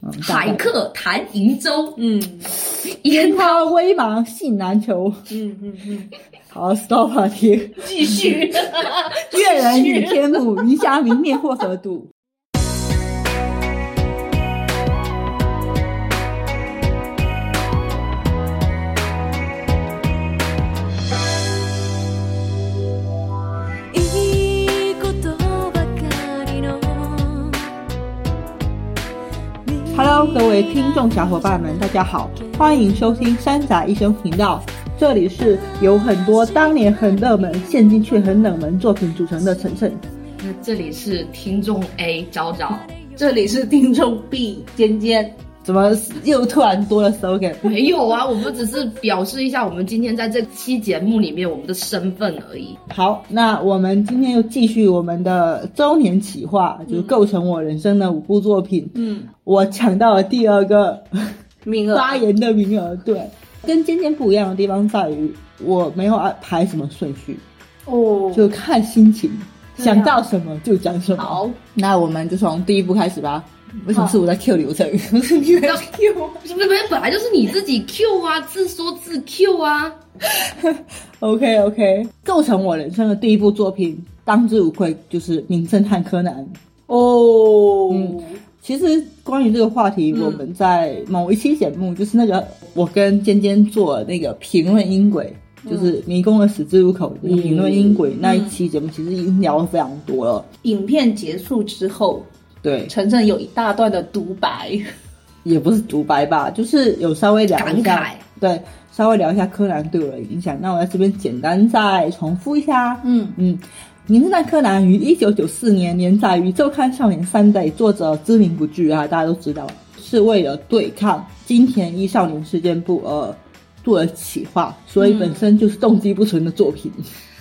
行，海 客谈瀛洲，嗯烟烟涛微茫信难求。嗯嗯嗯，好，stop 啊停。继续。越人与天母，云霞明灭或何睹？いいことばかりの Hello，各位听众小伙伴们，大家好，欢迎收听山仔医生频道。这里是有很多当年很热门，现今却很冷门作品组成的晨晨。 那这里是听众 A 找找，这里是听众 B 尖尖，怎么又突然多了 slogan？没有啊，我们只是表示一下我们今天在这期节目里面我们的身份而已。好，那我们今天又继续我们的周年企划，就是构成我人生的五部作品。嗯，我抢到了第二个 名额发言的名额，对，跟尖尖不一样的地方在于我没有安排什么顺序，哦，就看心情，对啊想到什么就讲什么。好，那我们就从第一步开始吧。为什么好是我在 Q 流程？ 不是你在 Q 我是不是？本来就是你自己 Q 啊，自说自 Q 啊。 OK OK，构成我人生的第一部作品，当之无愧就是《名侦探柯南》。哦，嗯其实关于这个话题，嗯我们在某一期节目，就是那个我跟尖尖做那个评论音轨，就是《迷宫的十字路口》那个评论音轨、那一期节目，其实已经聊了非常多了。影片结束之后，对，晨晨有一大段的独白，也不是独白吧，就是有稍微聊一感下慨，对，稍微聊一下柯南对我的影响。那我在这边简单再重复一下，嗯嗯，名侦探柯南于一九九四年连载于《周刊少年 Sunday》，作者知名不具啊，大家都知道，是为了对抗金田一少年事件部而做的企划，所以本身就是动机不纯的作品。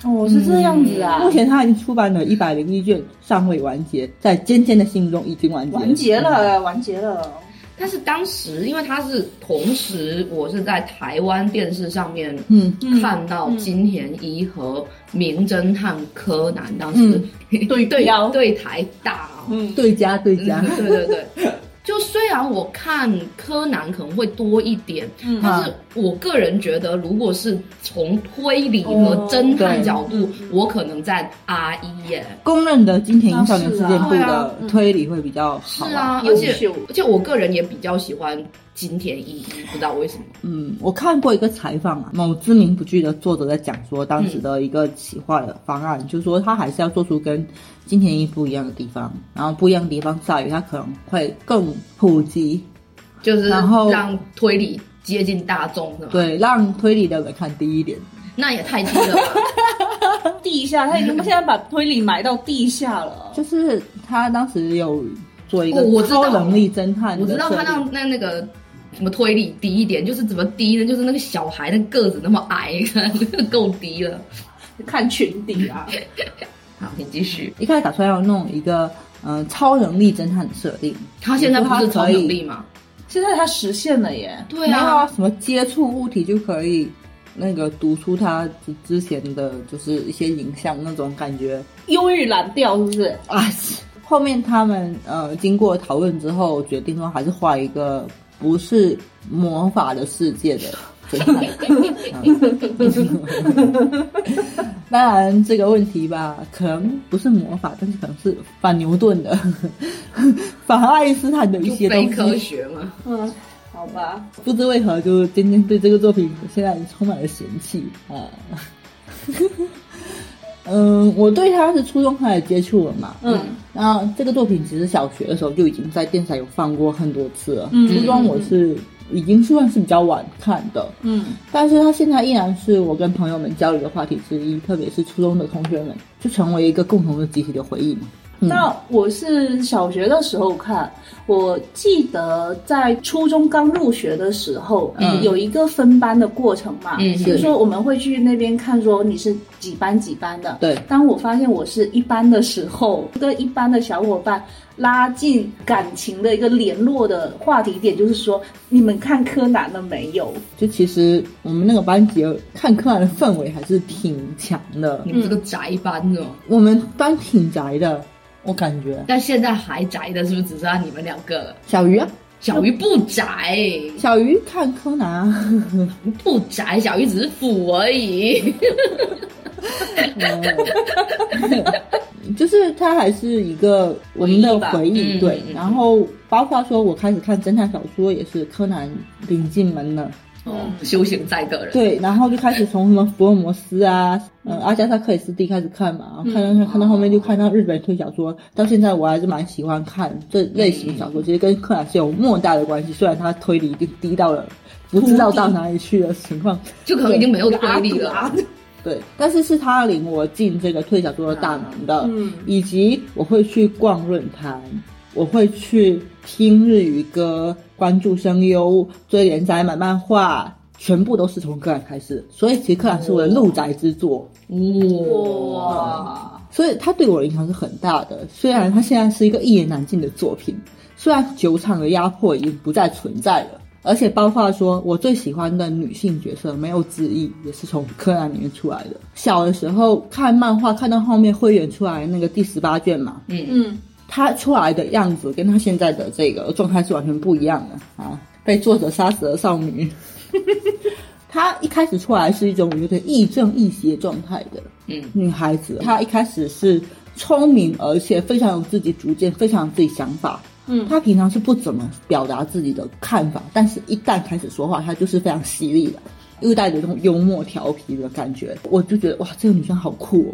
哦，是这样子啊，目前他已经出版了一百零一卷，尚未完结，在尖尖的心中已经完结，完结。了，完结了，但是当时，因为他是同时，我是在台湾电视上面嗯，看到金田一和名侦探柯南当时嗯 对对标对台大哦，嗯，对家对家。 对对对。就虽然我看柯南可能会多一点，嗯但是我个人觉得，如果是从推理和侦探角度，哦我可能在 R 一耶。公认的金田一少年事件部那是啊的推理会比较嗯是好吧。啊，优而且秀而且我个人也比较喜欢金田一，不知道为什么。嗯，我看过一个采访啊，某知名不具的作者在讲说当时的一个企划的方案，就是说他还是要做出跟金田一不一样的地方，然后不一样的地方在于他可能会更普及，就是然后让推理接近大众的，，对，让推理的人看低一点。那也太低了吧。地下，他已经现在把推理埋到地下了，就是他当时有做一个哦我知道超能力侦探我的知道他设定让那那个什么推理低一点，就是怎么低呢？就是那个小孩那个子那么矮， 够低了。看群底啊，好，你继续。一开始打算要弄一个嗯、呃超能力侦探的设定，他现在不是超能力吗？现在他实现了耶，对没有啊啊，，什么接触物体就可以那个读出他之之前的就是一些影像那种感觉忧郁蓝调是不是？啊。后面他们呃经过讨论之后，决定说还是画一个不是魔法的世界的侦啊 探。嗯当然这个问题吧，可能不是魔法，但是可能是反牛顿的、 反爱因斯坦的一就些非东科西。学嘛。嗯，好吧，不知为何，就是尖尖对这个作品现在充满了嫌弃啊。 嗯，我对他是初中开始接触了嘛，嗯，那这个作品其实小学的时候就已经在电视台有放过很多次了，嗯初中我是已经算是比较晚看的，嗯但是它现在依然是我跟朋友们交流的话题之一，特别是初中的同学们，就成为一个共同的集体的回忆嘛。嗯那我是小学的时候看，我记得在初中刚入学的时候，嗯有一个分班的过程嘛，嗯就是说我们会去那边看，说你是几班几班的。对当我发现我是一班的时候，跟一班的小伙伴拉近感情的一个联络的话题点，就是说你们看柯南了没有？就其实我们那个班级看柯南的氛围还是挺强嗯的，你们这个宅班哦，我们班挺宅的，我感觉但现在还宅的是不是只剩下你们两个了？小鱼啊，小鱼不宅，小鱼看柯南啊， 不宅，小鱼只是腐而已。嗯就是它还是一个我们的回忆，回忆吧对嗯。嗯嗯然后包括说我开始看侦探小说也是柯南领进门了，哦，修行在个人。对。然后就开始从什么福尔摩斯啊，嗯，阿加莎克里斯蒂开始看嘛，嗯看到哦看到后面就看到日本推小说，到现在我还是蛮喜欢看这类型小嗯说，其实跟柯南是有莫大的关系，虽然它推理已经低到了不知道到哪里去的情况，就可能已经没有推理了。对，但是是他领我进这个退小说的大门的，嗯以及我会去逛论坛，我会去听日语歌，关注声优，追连载买漫画，全部都是从柯南开始，所以其实柯南是我的入宅之作。哇，所以他对我的影响是很大的。虽然他现在是一个一言难尽的作品，虽然酒厂的压迫已经不再存在了，而且包括说我最喜欢的女性角色没有之一，也是从柯南里面出来的。小的时候看漫画，看到后面灰原出来那个第十八卷嘛，嗯，他出来的样子跟他现在的这个状态是完全不一样的啊！被作者杀死的少女， 她一开始出来是一种有点亦正亦邪状态的嗯女孩子，她一开始是聪明，而且非常有自己主见，非常有自己想法。嗯她平常是不怎么表达自己的看法，但是一旦开始说话，她就是非常犀利的，又带着那种幽默调皮的感觉。我就觉得哇，这个女生好酷哦！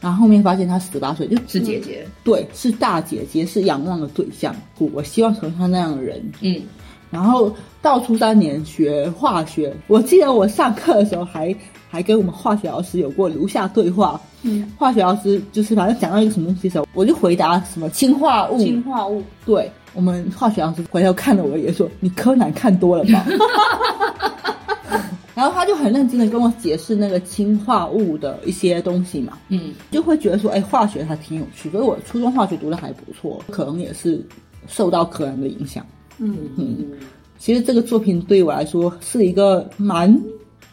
然后后面发现她十八岁就是姐姐。对，是大姐姐，是仰望的对象。我希望成为她那样的人。嗯，然后到初三年学化学，我记得我上课的时候还还跟我们化学老师有过留下对话。嗯，化学老师就是反正讲到一个什么东西的时候，我就回答什么氢化物。 氰嗯化物，对我们化学老师回头看了我一眼说：“你柯南看多了吧？” 然后他就很认真的跟我解释那个氢化物的一些东西嘛。嗯，就会觉得说，哎，化学还挺有趣，所以我初中化学读的还不错，可能也是受到柯南的影响。嗯其实这个作品对我来说是一个蛮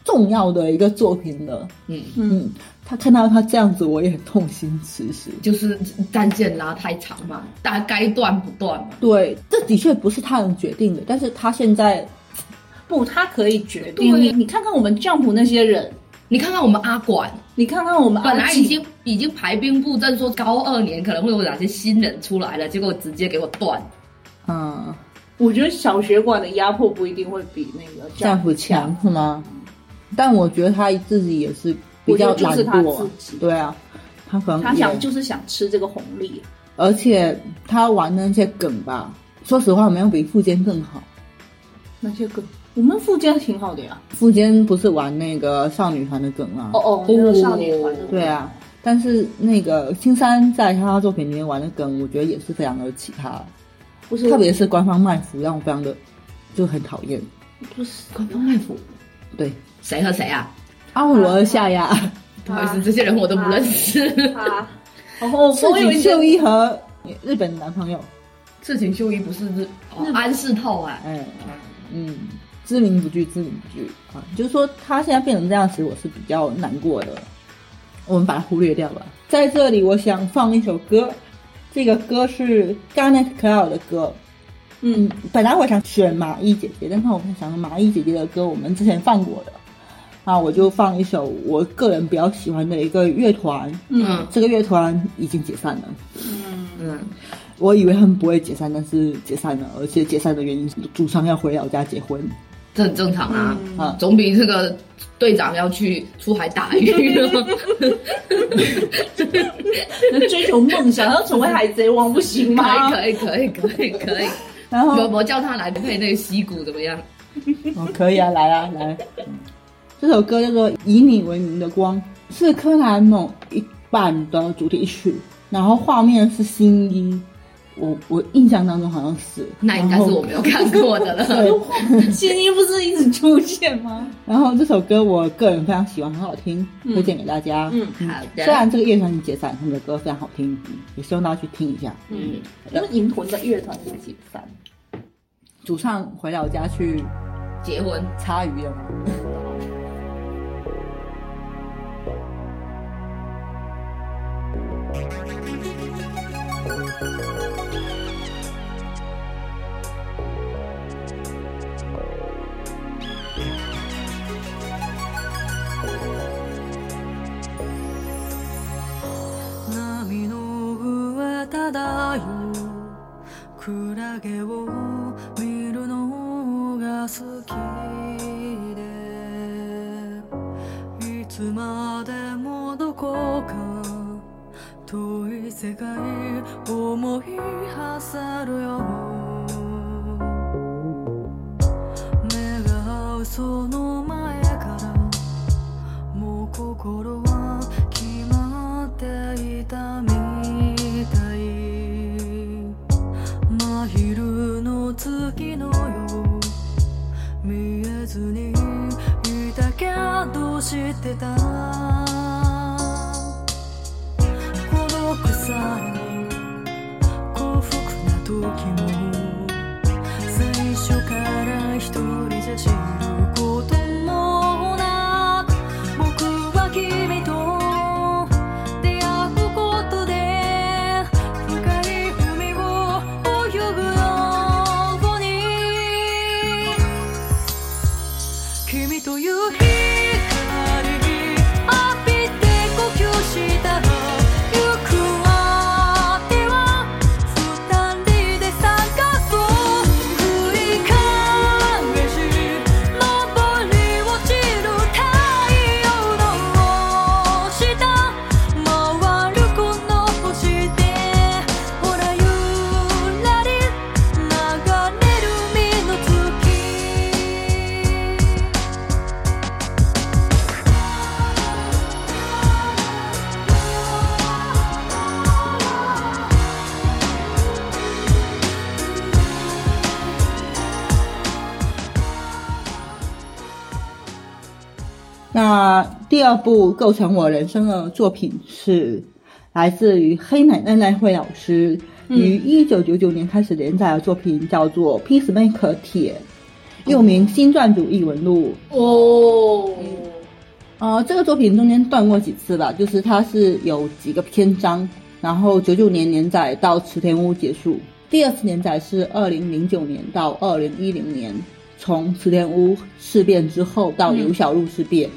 重要的一个作品的。嗯嗯，他看到他这样子，我也很痛心其实。就是战线拉太长嘛，大该断不断嘛。对，这的确不是他能决定的，但是他现在不，他可以决定对你。你看看我们 Jump 那些人，你看看我们阿管，你看看我们本阿来纪已经已经排兵布阵，说高二年可能会有哪些新人出来了，结果直接给我断。嗯，我觉得小学馆的压迫不一定会比那个战府斧强是吗？但我觉得他自己也是比较我觉得懒就是他惰啊自，己对啊，他可能他也想就是想吃这个红利。而且他玩的那些梗吧，说实话没有比富坚更好。那些歌，我们附近挺好的呀。富坚不是玩那个少女团的梗吗？哦，哦，那个少年团的歌对，啊。但是那个青山在他作品里面玩的梗，我觉得也是非常的奇葩，不是特别是官方卖腐让我非常的就很讨厌。不是官方卖腐，对，谁和谁啊？阿姆罗的夏亚、不好意思，这些人我都不认识。他。然后赤我以为井你秀一和日本男朋友，赤井秀一不是日、哦、安室透啊？哎，嗯，知名不惧，知名不惧啊，就是说他现在变成这样，其实我是比较难过的。我们把它忽略掉吧。在这里，我想放一首歌，这个歌是 Garnet Cloud 的歌。嗯，本来我想选麻衣姐姐，但是我想到麻衣姐姐的歌我们之前放过的，啊，我就放一首我个人比较喜欢的一个乐团。嗯这个乐团已经解散了，嗯，我以为他们不会解散，但是解散了，而且解散的原因是主唱要回老家结婚。这很正常啊，嗯总比这个队长要去出海打 鱼。 追求梦想，要成为海贼王不行吗？可以可以可以可以可以，然后我我叫他来配那个溪谷怎么样？哦，可以啊，来啊，来。这首歌叫做《以你为名的光》，是柯南某一版的主题曲，然后画面是新一，我我印象当中好像是。那应该是我没有看过的了。 新一不是一直出现吗？然后这首歌我个人非常喜欢，很好听，推荐给大家。嗯好虽的，然这个乐团已经解散，他们的歌非常好听，也希望大家去听一下。嗯，因为银魂的乐团有解散，主唱回老家去结婚。插鱼了吗？ 「影を見るのが好きでいつまでもどこか遠い世界思いはせるよ目が合うその前からもう心は決まっていたみたい真昼の月のよう見えずにいたけど知ってた孤独さえも幸福な時も最初から一人じゃ知ることもなく僕は君と出会うことで深い海を泳ぐように君という光に浴びて呼吸したの行くあては二人で探そう繰り返し登り落ちる太陽の下回るこの星でほらゆらり流れる海の月那第二部构成我人生的作品是来自于黑奶奶奈惠老师于一九九九年开始连载的作品，叫做《Peacemaker 铁》，又名《新撰主义文录》。哦，呃，这个作品中间断过几次吧，就是它是有几个篇章，然后九九年连载到池田屋结束，第二次连载是二零零九年到二零一零年，从池田屋事变之后到刘小璐事变，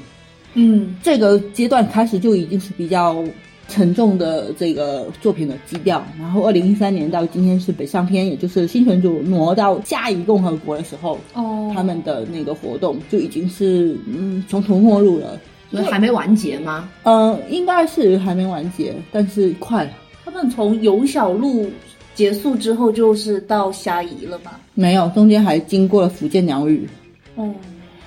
嗯这个阶段开始就已经是比较沉重的这个作品的基调。然后二零一三年到今天是北上篇，也就是新选组挪到下一共和国的时候，哦他们的那个活动就已经是嗯穷途末路了。所以还没完结吗？呃，应该是还没完结，但是快了。他们从有小路结束之后，就是到霞夷了吧？没有，中间还经过了福建鸟语。哦，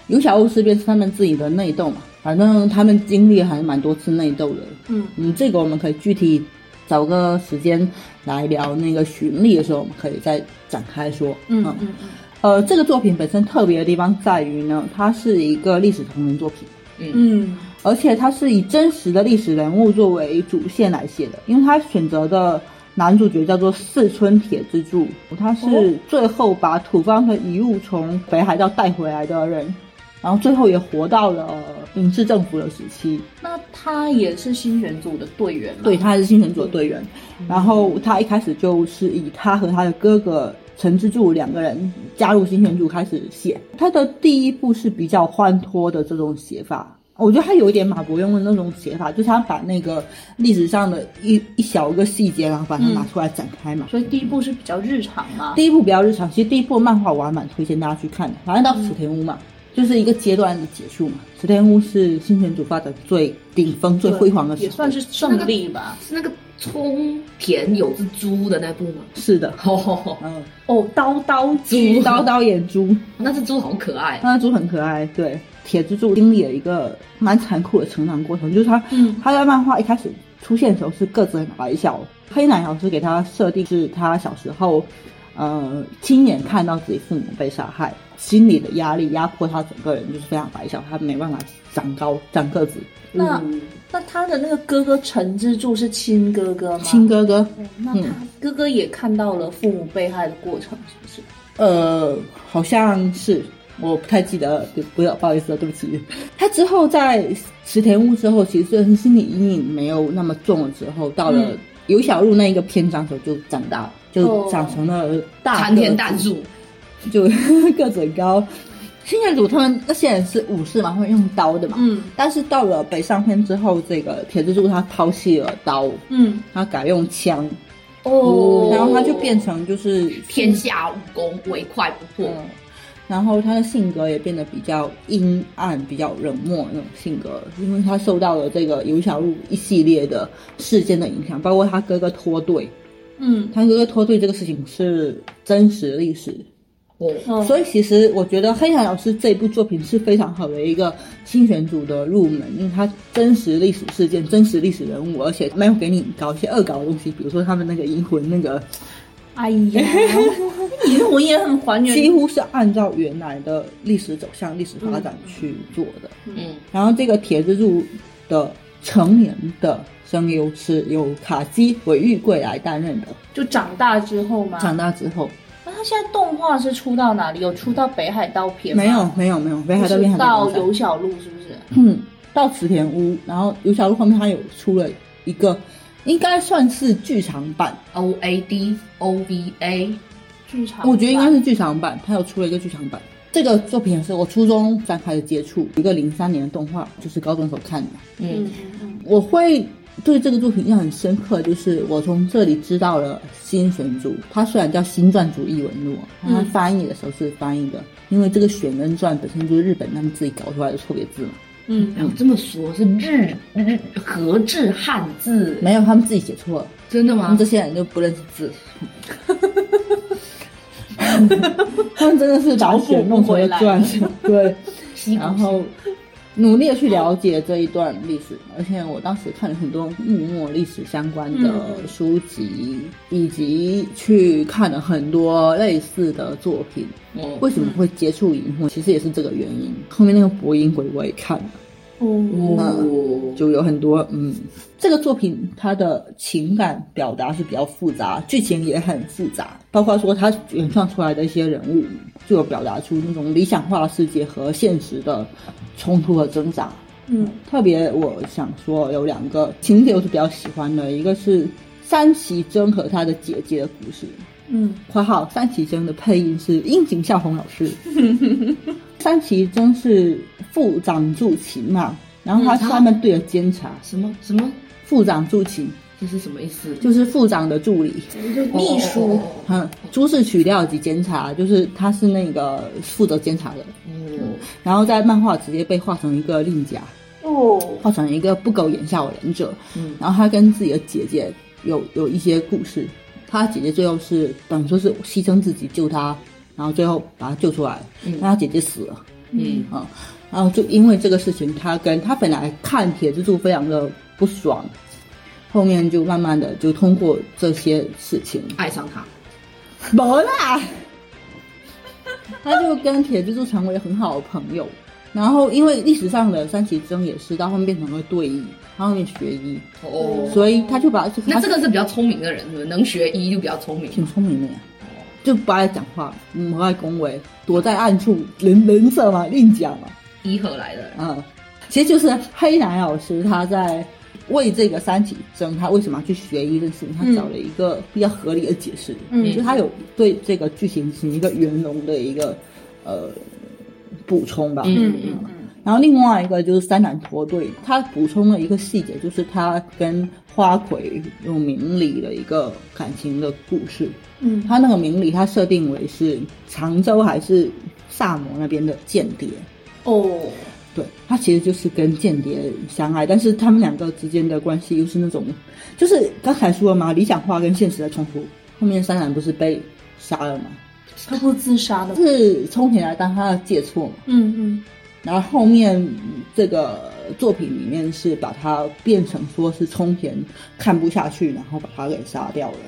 有小屋事变是他们自己的内斗嘛，反正他们经历还蛮多次内斗的。嗯嗯，这个我们可以具体找个时间来聊那个巡历的时候，我们可以再展开说。嗯嗯嗯，呃，这个作品本身特别的地方在于呢，它是一个历史同人作品，嗯而且它是以真实的历史人物作为主线来写的，因为它选择的男主角叫做四村铁之助，他是最后把土方的遗物从北海道带回来的人，然后最后也活到了呃明治政府的时期。那他也是新选组的队员吗？对，，他是新选组的队员。然后他一开始就是以他和他的哥哥陈之助两个人加入新选组开始写。他的第一部是比较欢脱的这种写法，我觉得他有一点马伯庸的那种写法，就是他把那个历史上的一一小个细节，然啊后把它拿出来展开嘛。所以第一部是比较日常嘛。第一部比较日常，其实第一部漫画我还蛮推荐大家去看的，反正到池田屋嘛，嗯就是一个阶段的结束嘛。池田屋是新选组发展最顶峰、最辉煌的时候，也算是胜利吧。是那个冲田有只猪的那部吗？是的，哦，嗯。哦，刀刀猪鸡刀刀眼珠，那只猪好可爱。那猪很可爱。对，铁之助经历了一个蛮残酷的成长过程，就是他，嗯他在漫画一开始出现的时候是个子很矮小，黑奶老师给他设定是他小时候，呃，亲眼看到自己父母被杀害，心理的压力压迫他整个人就是非常矮小，他没办法长高长个子。那、嗯那他的那个哥哥陈之助是亲哥哥吗？亲哥哥，哦。那他哥哥也看到了父母被害的过程，是不是？呃，好像是，我不太记得了，对，不要不好意思了，对不起。 他之后在池田屋之后，其实是心理阴影没有那么重了之后，到了嗯有小路那一个篇章的时候就长大了，就哦长成了大参天个大子树， 就个子很高。新选组他们那些人是武士嘛，会用刀的嘛。嗯但是到了北上篇之后，这个铁之助他抛弃了刀，嗯他改用枪，哦然后他就变成就是天下武功唯快不破。嗯，然后他的性格也变得比较阴暗、比较冷漠那种性格，因为他受到了这个尤小璐一系列的事件的影响，包括他哥哥脱队。嗯，他哥哥脱队这个事情是真实历史，哦，嗯所以其实我觉得黑岩老师这部作品是非常好的一个新选组的入门，因为它真实历史事件、真实历史人物，而且没有给你搞一些恶搞的东西，比如说他们那个银魂那个哎 呀，银魂也很还原，几乎是按照原来的历史走向、历史发展去做的。嗯，然后这个铁之助的成年的声优是由卡基尾玉贵来担任的。就长大之后嘛。长大之后，那他现在动画是出到哪里？有出到北海道篇吗没有，没有没有，北海道就边是还到没有小路是不是？嗯，到池田屋，然后有小路后面他有出了一个，应该算是剧场版， O A D O V A，剧场版，哦我觉得应该是剧场版，他有出了一个剧场版。这个作品也是我初中才开始接触，一个零三年的动画，就是高中时候看的。嗯嗯，嗯我会对这个作品印象很深刻，就是我从这里知道了新选组，它虽然叫新传主义文录，啊它嗯翻译的时候是翻译的，因为这个选跟传本身就是日本他们自己搞出来的错别字嘛，嗯然后哎这么说，是日日和制汉字，没有他们自己写错了，真的他们吗这？些人就不认识字。 他们真的是把血弄成了传，对，西然后努力的去了解这一段历史，而且我当时看了很多幕末历史相关的书籍，以及去看了很多类似的作品。哦，为什么会接触银魂？其实也是这个原因。后面那个博音鬼我也看了，嗯哦，就有很多嗯，这个作品它的情感表达是比较复杂，剧情也很复杂，包括说它原创出来的一些人物，就有表达出那种理想化的世界和现实的冲突和挣扎。嗯特别我想说有两个情节我是比较喜欢的，一个是三崎真和她的姐姐的故事。嗯（括号三崎真的配音是樱井孝宏老师）。三崎真是副长助勤嘛，然后他是他们队的监察，什么什么？副长助勤这是什么意思？就是副长的助理。就嗯秘哦书，哦哦嗯，诸事取料及监察，就是他是那个负责监察的，哦然后在漫画直接被画成一个令甲，哦，画成一个不苟言笑的忍者。嗯然后他跟自己的姐姐有有一些故事，他姐姐最后是等于说是牺牲自己救他，然后最后把他救出来，嗯那他姐姐死了，嗯嗯，然后就因为这个事情，他跟他本来看铁之助非常的不爽，后面就慢慢的就通过这些事情，爱上他，没啦，他就跟铁之助成为很好的朋友。然后，因为历史上的三崎真也是到后面变成了队医，他后面学医，哦，所以他就把这个那这个是比较聪明的人，是不是能学医就比较聪明。挺聪明的呀，就不爱讲话，嗯，不爱恭维，躲在暗处，人人设嘛，另讲嘛，医和来的人，嗯，其实就是黑男老师他在为这个三体争，他为什么要去学医这件事情，他嗯找了一个比较合理的解释，嗯就他有对这个剧情进行一个圆融的一个呃补充吧，嗯嗯嗯嗯，然后另外一个就是三男驼队，他补充了一个细节，就是他跟花魁有明理的一个感情的故事。嗯他那个明理，他设定为是常州还是萨摩那边的间谍。哦，对他其实就是跟间谍相爱，但是他们两个之间的关系又是那种，就是刚才说了嘛，理想化跟现实的冲突。后面三男不是被杀了嘛？他不自杀的，是冲田来当他的借错嘛？嗯嗯然后后面这个作品里面是把它变成说是冲田看不下去，然后把他给杀掉了。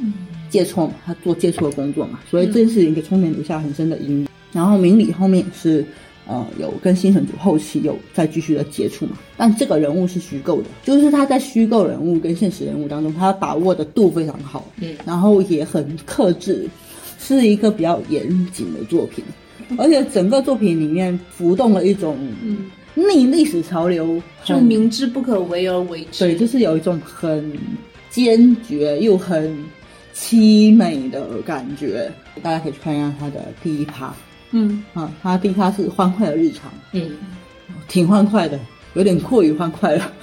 嗯借错嘛，他做借错的工作嘛，所以这件事情给冲田留下很深的阴影。然后明理后面也是呃有跟新选组后期有再继续的接触嘛，但这个人物是虚构的，就是他在虚构人物跟现实人物当中，他把握的度非常好，嗯然后也很克制，是一个比较严谨的作品。而且整个作品里面浮动了一种嗯，逆历史潮流，就很明知不可为而为之，对，就是有一种很坚决又很凄美的感觉。大家可以去看一下他的第一趴，嗯啊，他的第一趴是欢快的日常，嗯，挺欢快的，有点过于欢快了。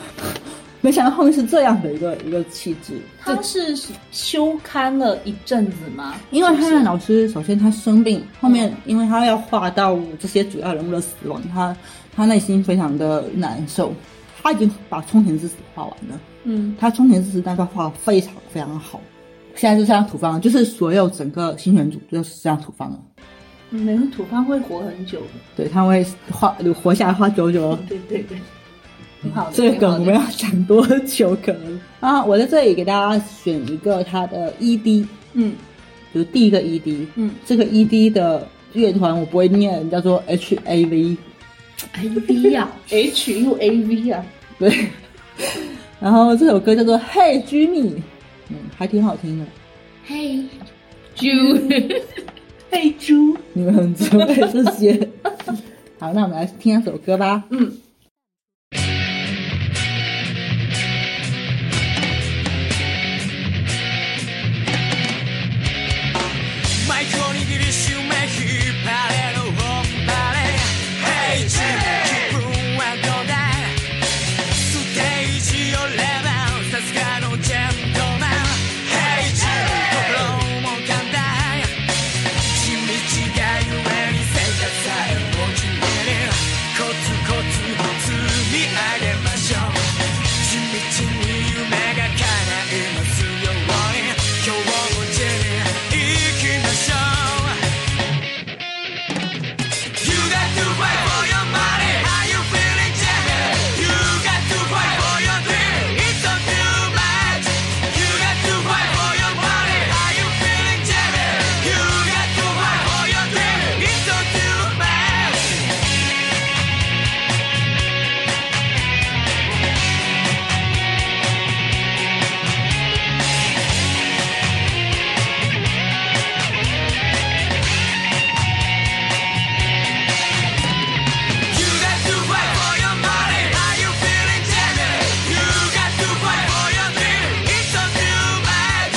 没想到后面是这样的一个一个气质。他是休刊了一阵子吗？因为汉娜老师首先他生病，后面因为他要画到这些主要人物的死亡，他他内心非常的难受。他已经把冲田之死画完了，嗯，他冲田之死那段画非常非常好。现在就这样土方了，就是所有整个新选组就是这样土方了。每个嗯土方会活很久的，对，他会画活下来画久久哦。对对对，挺好的。这个挺好梗的我们要讲多久？可能啊，我在这里给大家选一个他的 ED，嗯就是第一个 ED，嗯，这个 ED 的乐团我不会念，叫做 HAV，哎呀， H U A V 啊， 对。然后这首歌叫做《Hey Jimmy》，嗯，还挺好听的。嘿，就嘿猪，你们很责备这些。好，那我们来听那首歌吧。嗯。マイクを握りしめ引っ張れる本張れ Hey Jim 気分はどうだステージよレベルさすがのジェントルマン Hey Jim 心も簡単地道がゆえに生活さえを決めるコツコツ積み上げましょう地道に夢が叶いますように今日も地に行きましょう You got to fight for your money. Are you feeling jaded? You got to fight for your dream. It's not too much. You got to fight for your money. Are you feeling jaded? You got to fight for your dream. It's not too much. You got to fight for your money. Are you feeling jaded? You got to fight for your dream. It's not too much.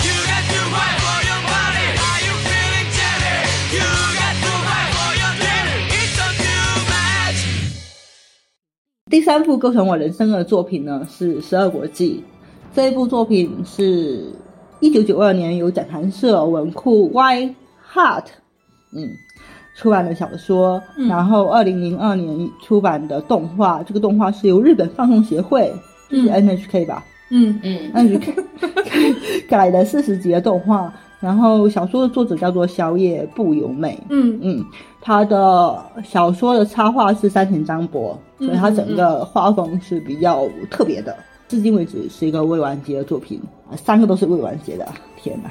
You got to fight for your money. Are you feeling jaded? You got to fight for your dream. It's not too much. 第三部构成我人生的作品呢是《十二国记》，这一部作品是一九九二年由讲谈社文库 Y Heart 嗯出版的小说，然后二零零二年出版的动画，这个动画是由日本放送协会，就是 NHK 吧，嗯嗯，那你改改了四十集的动画，然后小说的作者叫做小野不由美，嗯嗯，他的小说的插画是山田章博，所以他整个画风是比较特别的。至今为止是一个未完结的作品，啊三个都是未完结的，天哪！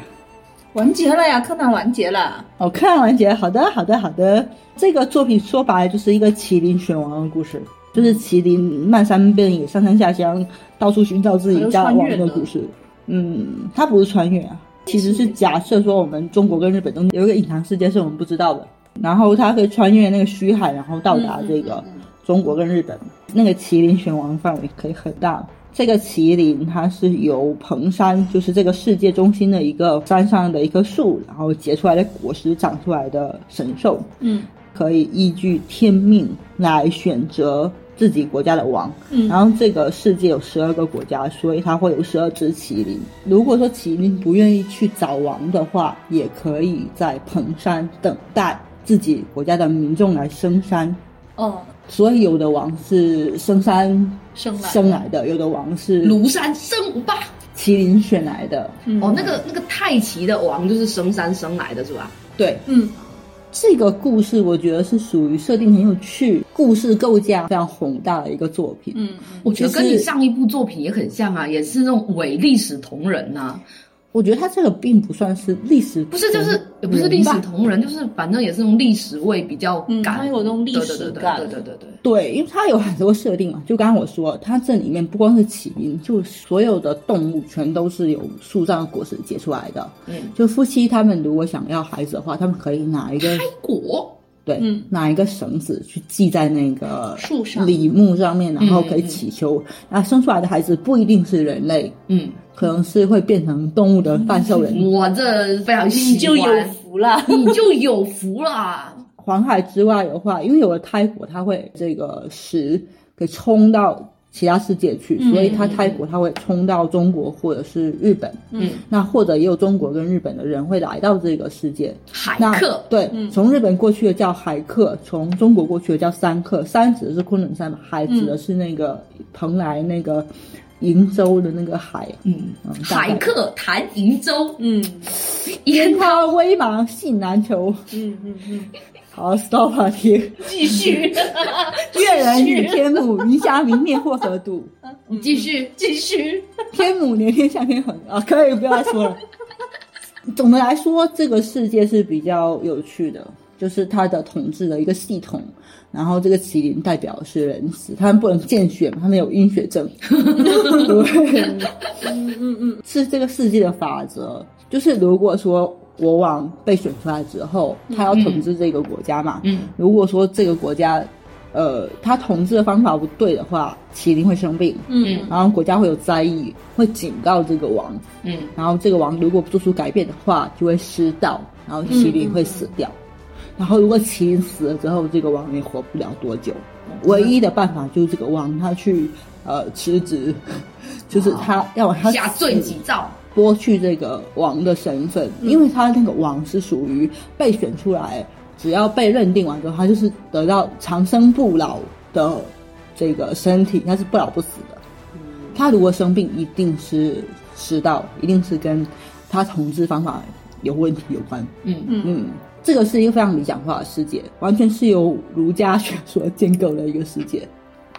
完结了呀，柯南完结了。哦，看完结，好的，好的，好的。这个作品说白了就是一个麒麟选王的故事，就是麒麟漫山遍野、上山下乡，到处寻找自己家王的故事。嗯，它不是穿越啊，其实是假设说我们中国跟日本中间有一个隐藏世界是我们不知道的，然后它可以穿越那个虚海，然后到达这个中国跟日本。那个麒麟选王范围可以很大。这个麒麟它是由彭山，就是这个世界中心的一个山上的一棵树，然后结出来的果实长出来的神兽，嗯可以依据天命来选择自己国家的王。嗯然后这个世界有十二个国家，所以它会有十二只麒麟。如果说麒麟不愿意去找王的话，也可以在彭山等待自己国家的民众来升山。哦，所以有的王是升山生来生来的，有的王是庐山升五霸。麒麟选来的。嗯哦，那个那个太极的王就是升山升来的是吧？对，嗯这个故事我觉得是属于设定很有趣、故事构架非常宏大的一个作品。嗯嗯我觉得跟就你是上一部作品也很像啊，也是那种伪历史同人呐、我觉得它这个并不算是历史，不是就是也不是历史同人，就是反正也是用历史味比较嗯感，它有那种历对史对对感对对对对对。对，因为它有很多设定啊嘛，就刚刚我说，它这里面不光是起因，就所有的动物全都是由树上的果实结出来的。嗯，就夫妻他们如果想要孩子的话，他们可以拿一个开果，对，嗯拿一个绳子去系在那个树上李木上面，然后可以嗯嗯祈求，那、生出来的孩子不一定是人类，嗯，可能是会变成动物的半兽人。我这非常喜你就有欢，福了。你就有福啦。黄海之外的话，因为有了胎火，它会这个石给冲到其他世界去，嗯所以他泰国他会冲到中国或者是日本，嗯，那或者也有中国跟日本的人会来到这个世界。海嗯那客，对，从日本过去的叫海客，从中国过去的叫山客。山指的是昆仑山嘛，海嗯指的是那个蓬莱那个瀛洲的那个海。嗯，嗯海。客谈瀛洲，嗯烟烟涛微茫信难求。嗯嗯嗯，好，stop 话题。 继续，越人与天母，鱼虾明灭或何睹？继续，继续，天母年天夏天很啊，可以不要再说 了。总的来说，这个世界是比较有趣的，就是它的统治的一个系统。然后这个麒麟代表的是仁慈，他们不能见血嘛，他们有阴血症。对，嗯嗯，是这个世界的法则。就是如果说国王被选出来之后，他要统治这个国家嘛，嗯如果说这个国家，呃，他统治的方法不对的话，麒麟会生病，嗯然后国家会有灾异，会警告这个王，嗯然后这个王如果不做出改变的话，就会失道，然后麒麟会死掉。嗯然后如果麒麟死了之后，这个王也活不了多久。嗯唯一的办法就是这个王他去呃辞职， 就是他要往他下罪死己诏，剥去这个王的身份，因为他那个王是属于被选出来，只要被认定完之后，他就是得到长生不老的这个身体，他是不老不死的。他如果生病，一定是知道，一定是跟他统治方法有问题有关。嗯嗯，这个是一个非常理想化的世界，完全是由儒家学所建构的一个世界。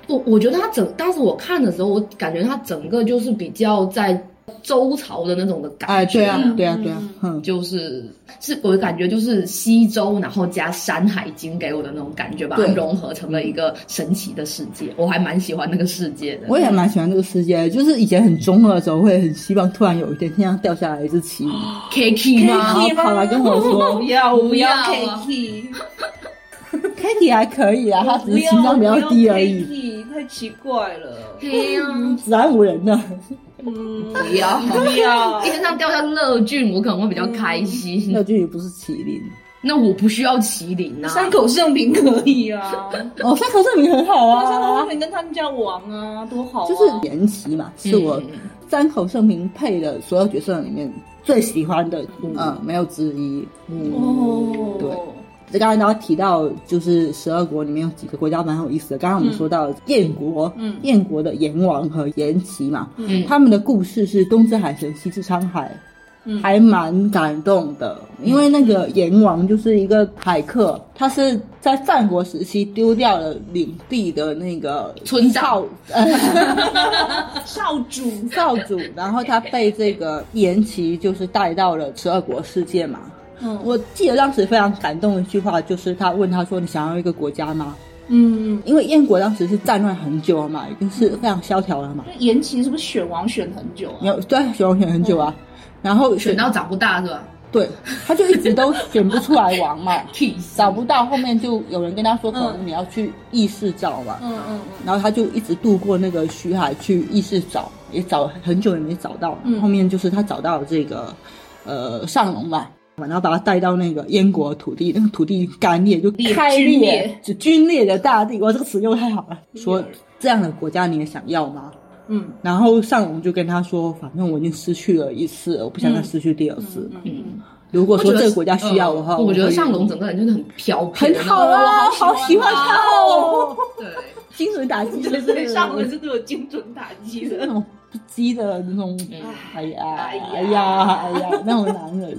我我觉得他整当时我看的时候，我感觉他整个就是比较在周朝的那种的哎，感觉，对啊，对啊，对啊，嗯，就是是我感觉就是西周，然后加《山海经》给我的那种感觉吧，对融合成了一个神奇的世界，我还蛮喜欢那个世界的。我也蛮喜欢这个世界的，就是以前很中二的时候，会很希望突然有一天天上掉下来一只旗，哦 Kiki 然吗后？跑来跟我说不要不不要要啊 Kitty， ：“Kitty 还可以啊，他只是情商比较低而已， Kitty 太奇怪了，对呀，自然无人呢。嗯，不要。不要天上掉下乐俊，我可能会比较开心。那句也不是麒麟那我不需要麒麟啊，山口胜平可以啊，哦，山口胜平很好山口啊胜，平跟他们家王啊，多好啊，就是言棋嘛，是我嗯山口胜平配的所有角色里面最喜欢的，嗯，没有之一。哦，对这刚才然后提到，就是十二国里面有几个国家蛮有意思的。刚刚我们说到燕国，嗯燕国的燕王和燕齐嘛，嗯他们的故事是东至海神，西至沧海，嗯还蛮感动的。因为那个燕王就是一个海客，他是在战国时期丢掉了领地的那个村少长少主，少主，然后他被这个延齐就是带到了十二国世界嘛。嗯我记得当时非常感动的一句话，就是他问他说：“你想要一个国家吗？”嗯，因为燕国当时是战乱很久了嘛，已经是非常萧条了嘛。那延琦是不是选王选很久你啊？要对啊选王选很久啊，然后选到长不大是吧？对，他就一直都选不出来王 嘛，屁事找不到，后面就有人跟他说，可嗯能你要去异世找嘛，嗯嗯然后他就一直渡过那个徐海去异世找，也找很久也没找到，嗯后面就是他找到了这个呃上龙嘛。然后把他带到那个燕国土地，那个土地干裂，就裂开皲裂裂，就皲裂的大地。哇，这个词又太好了。说这样的国家你也想要吗？嗯然后上龙就跟他说，反正我已经失去了一次了，我不想再失去第二次。嗯嗯，如果我说觉这得个国家需要的话，嗯我觉得会上龙整个人就是很飘飘很的那种，好啊，我好好喜喜欢欢他他哦，对， 精准打击，对对，上回是是对我精准打击那的，种不羁的那种，哎呀，哎哎呀呀，哎呀，那种男人。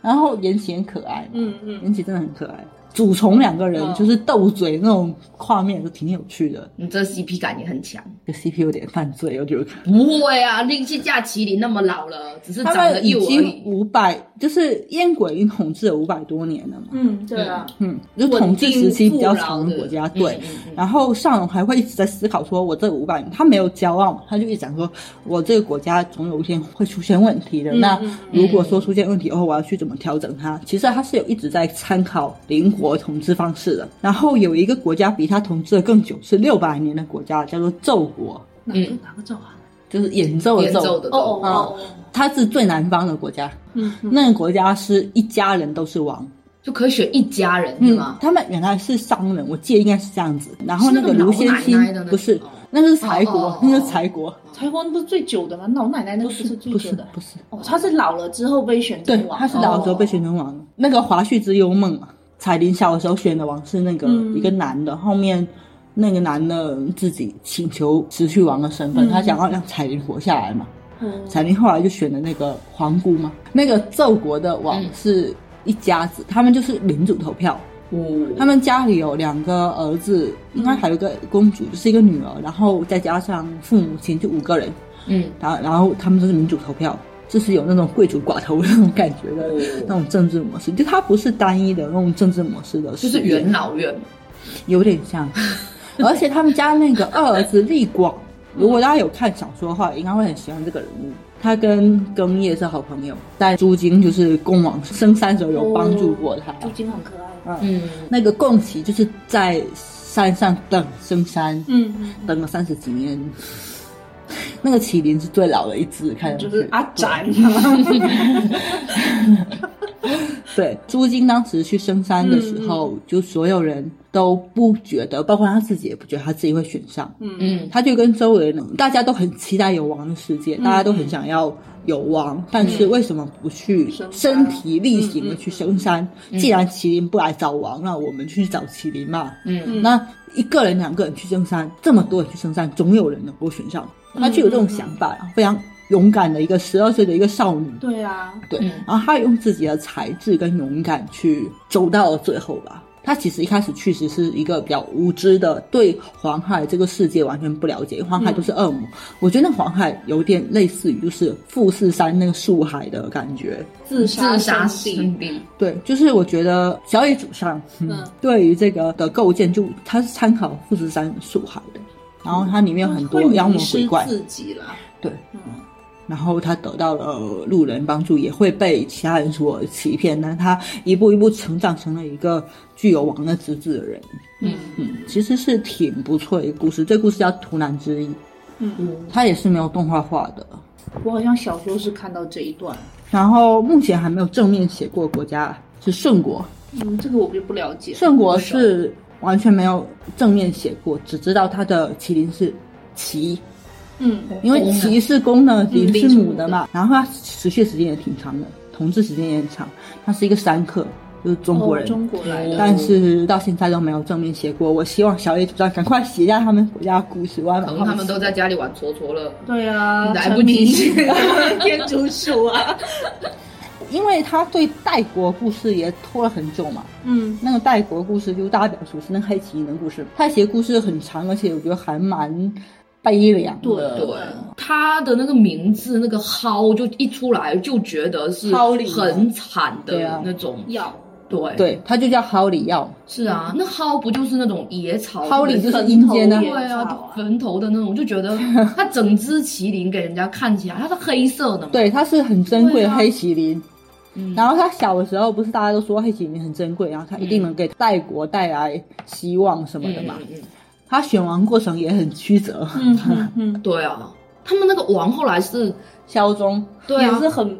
然后言情很可爱，嗯嗯言情真的很可爱。主从两个人嗯就是斗嘴那种画面都挺有趣的，你这 CP 感也很强。这 CP 有点犯罪，我觉得。不会啊，令去嫁麒麟那么老了，只是他长们得已幼而经已。五百，就是燕国已经统治了五百多年了嘛，嗯，对啊，嗯，就统治时期比较长的国家，稳定富饶对的嗯嗯嗯。然后上龙还会一直在思考，说我这五百年，他没有骄傲嘛，他就一直讲说，我这个国家总有一天会出现问题的。嗯那如果说出现问题的话，我要去怎么调整它？其实他是有一直在参考邻国统治方式的。然后有一个国家比他统治的更久，是六百年的国家，叫做纣国，哪个哪个咒啊？就是演奏的演奏奏。的哦哦哦，它是最南方的国家，嗯那个国家是一家人都是王。就可以选一家人是嗯吗，？他们原来是商人，我记得应该是这样子。然后是那个个卢老先奶清奶的那不是种哦那个是柴国，哦哦哦那个是柴国，台湾不是最久的吗？老奶奶那个不不是是最不久是的。不是，哦，她是老了之后被选啊对成，王。他是老的时候被选成王哦的。那个华胥之幽梦啊，彩铃小的时候选的王是那个嗯一个男的，后面那个男的自己请求辞去王的身份，嗯他想要让彩铃活下来嘛。哦。彩铃后来就选了那个皇姑嘛，那个纣国的王嗯是一家子，他们就是民主投票，嗯他们家里有两个儿子，应该还有一个公主，就是一个女儿，然后再加上父母亲就五个人，嗯，然后然后他们都是民主投票，就是有那种贵族寡头的那种感觉的嗯那种政治模式，就它不是单一的那种政治模式的，就是元，老院嘛。有点像。而且他们家那个二儿子力广，如果大家有看小说的话，应该会很喜欢这个人物。他跟庚业是好朋友，在朱经就是恭王升山时候有帮助过他。朱金很可爱。嗯，那个共旗就是在山上等升山，嗯嗯，等了三十几年。那个麒麟是最老的一只，看上去嗯就是啊阿展。对，朱金当时去升山的时嗯候，就所有人都不觉得，包括他自己也不觉得他自己会选上。嗯他就跟周围人，大家都很期待有王的世界，嗯大家都很想要有王，但是为什么不去嗯升山嗯身体力行的去升山？既然麒麟不来找王，那我们去找麒麟嘛。嗯那一个人、两个人去升山，这么多人去升山，总有人能够选上。他就有这种想法，然后非常勇敢的一个十二岁的一个少女，对啊，对，嗯然后他用自己的才智跟勇敢去走到了最后吧。他其实一开始确实是一个比较无知的，对黄海这个世界完全不了解，因为黄海都是恶魔。我觉得那黄海有点类似于就是富士山那个树海的感觉。自自杀杀生病，对，就是我觉得小野主上，嗯嗯对于这个的构建就，他是参考富士山树海的，然后它里嗯面有很多会妖魔迷失鬼怪，自己啦。对，嗯然后他得到了路人帮助，也会被其他人所欺骗，但他一步一步成长成了一个具有王的资质的人。嗯嗯，其实是挺不错的一个故事。这故事叫《图南之翼》，嗯，它也是没有动画化的。我好像小时候是看到这一段。然后目前还没有正面写过的国家是顺国，嗯，这个我就不了解。顺国是完全没有正面写过，只知道它的麒麟是旗，嗯因为骑士公呢，嗯麟是母的嘛，然后它持续时间也挺长的，统治时间也很长。它是一个山客，就是中国人，嗯哦中国来的。但是到现在都没有正面写过。我希望小野主张赶快写一下他们国家的故事，我要把可能他们们都在家里玩搓搓乐。对啊，来不及沉迷天竺鼠啊。因为他对代国故事也拖了很久嘛。嗯那个代国故事就是大家比较熟悉那个黑麒麟的故事，黑麒麟故事很长，而且我觉得还蛮悲凉的。对对，他的那个名字那个“蒿”就一出来就觉得是蒿里很惨对的啊那种。要对啊对，他就叫蒿里药，是啊，那蒿不就是那种野草？蒿里就是坟阴头间的对也啊草啊，坟头的那种，就觉得它整只麒麟给人家看起来它是黑色的嘛。对，它是很珍贵的黑麒麟。啊嗯，然后他小的时候，不是大家都说黑麒麟很珍贵，然后他一定能给代国带来希望什么的嘛。嗯嗯他选王过程也很曲折，嗯嗯嗯，嗯对啊，他们那个王后来是，萧宗对啊也，是很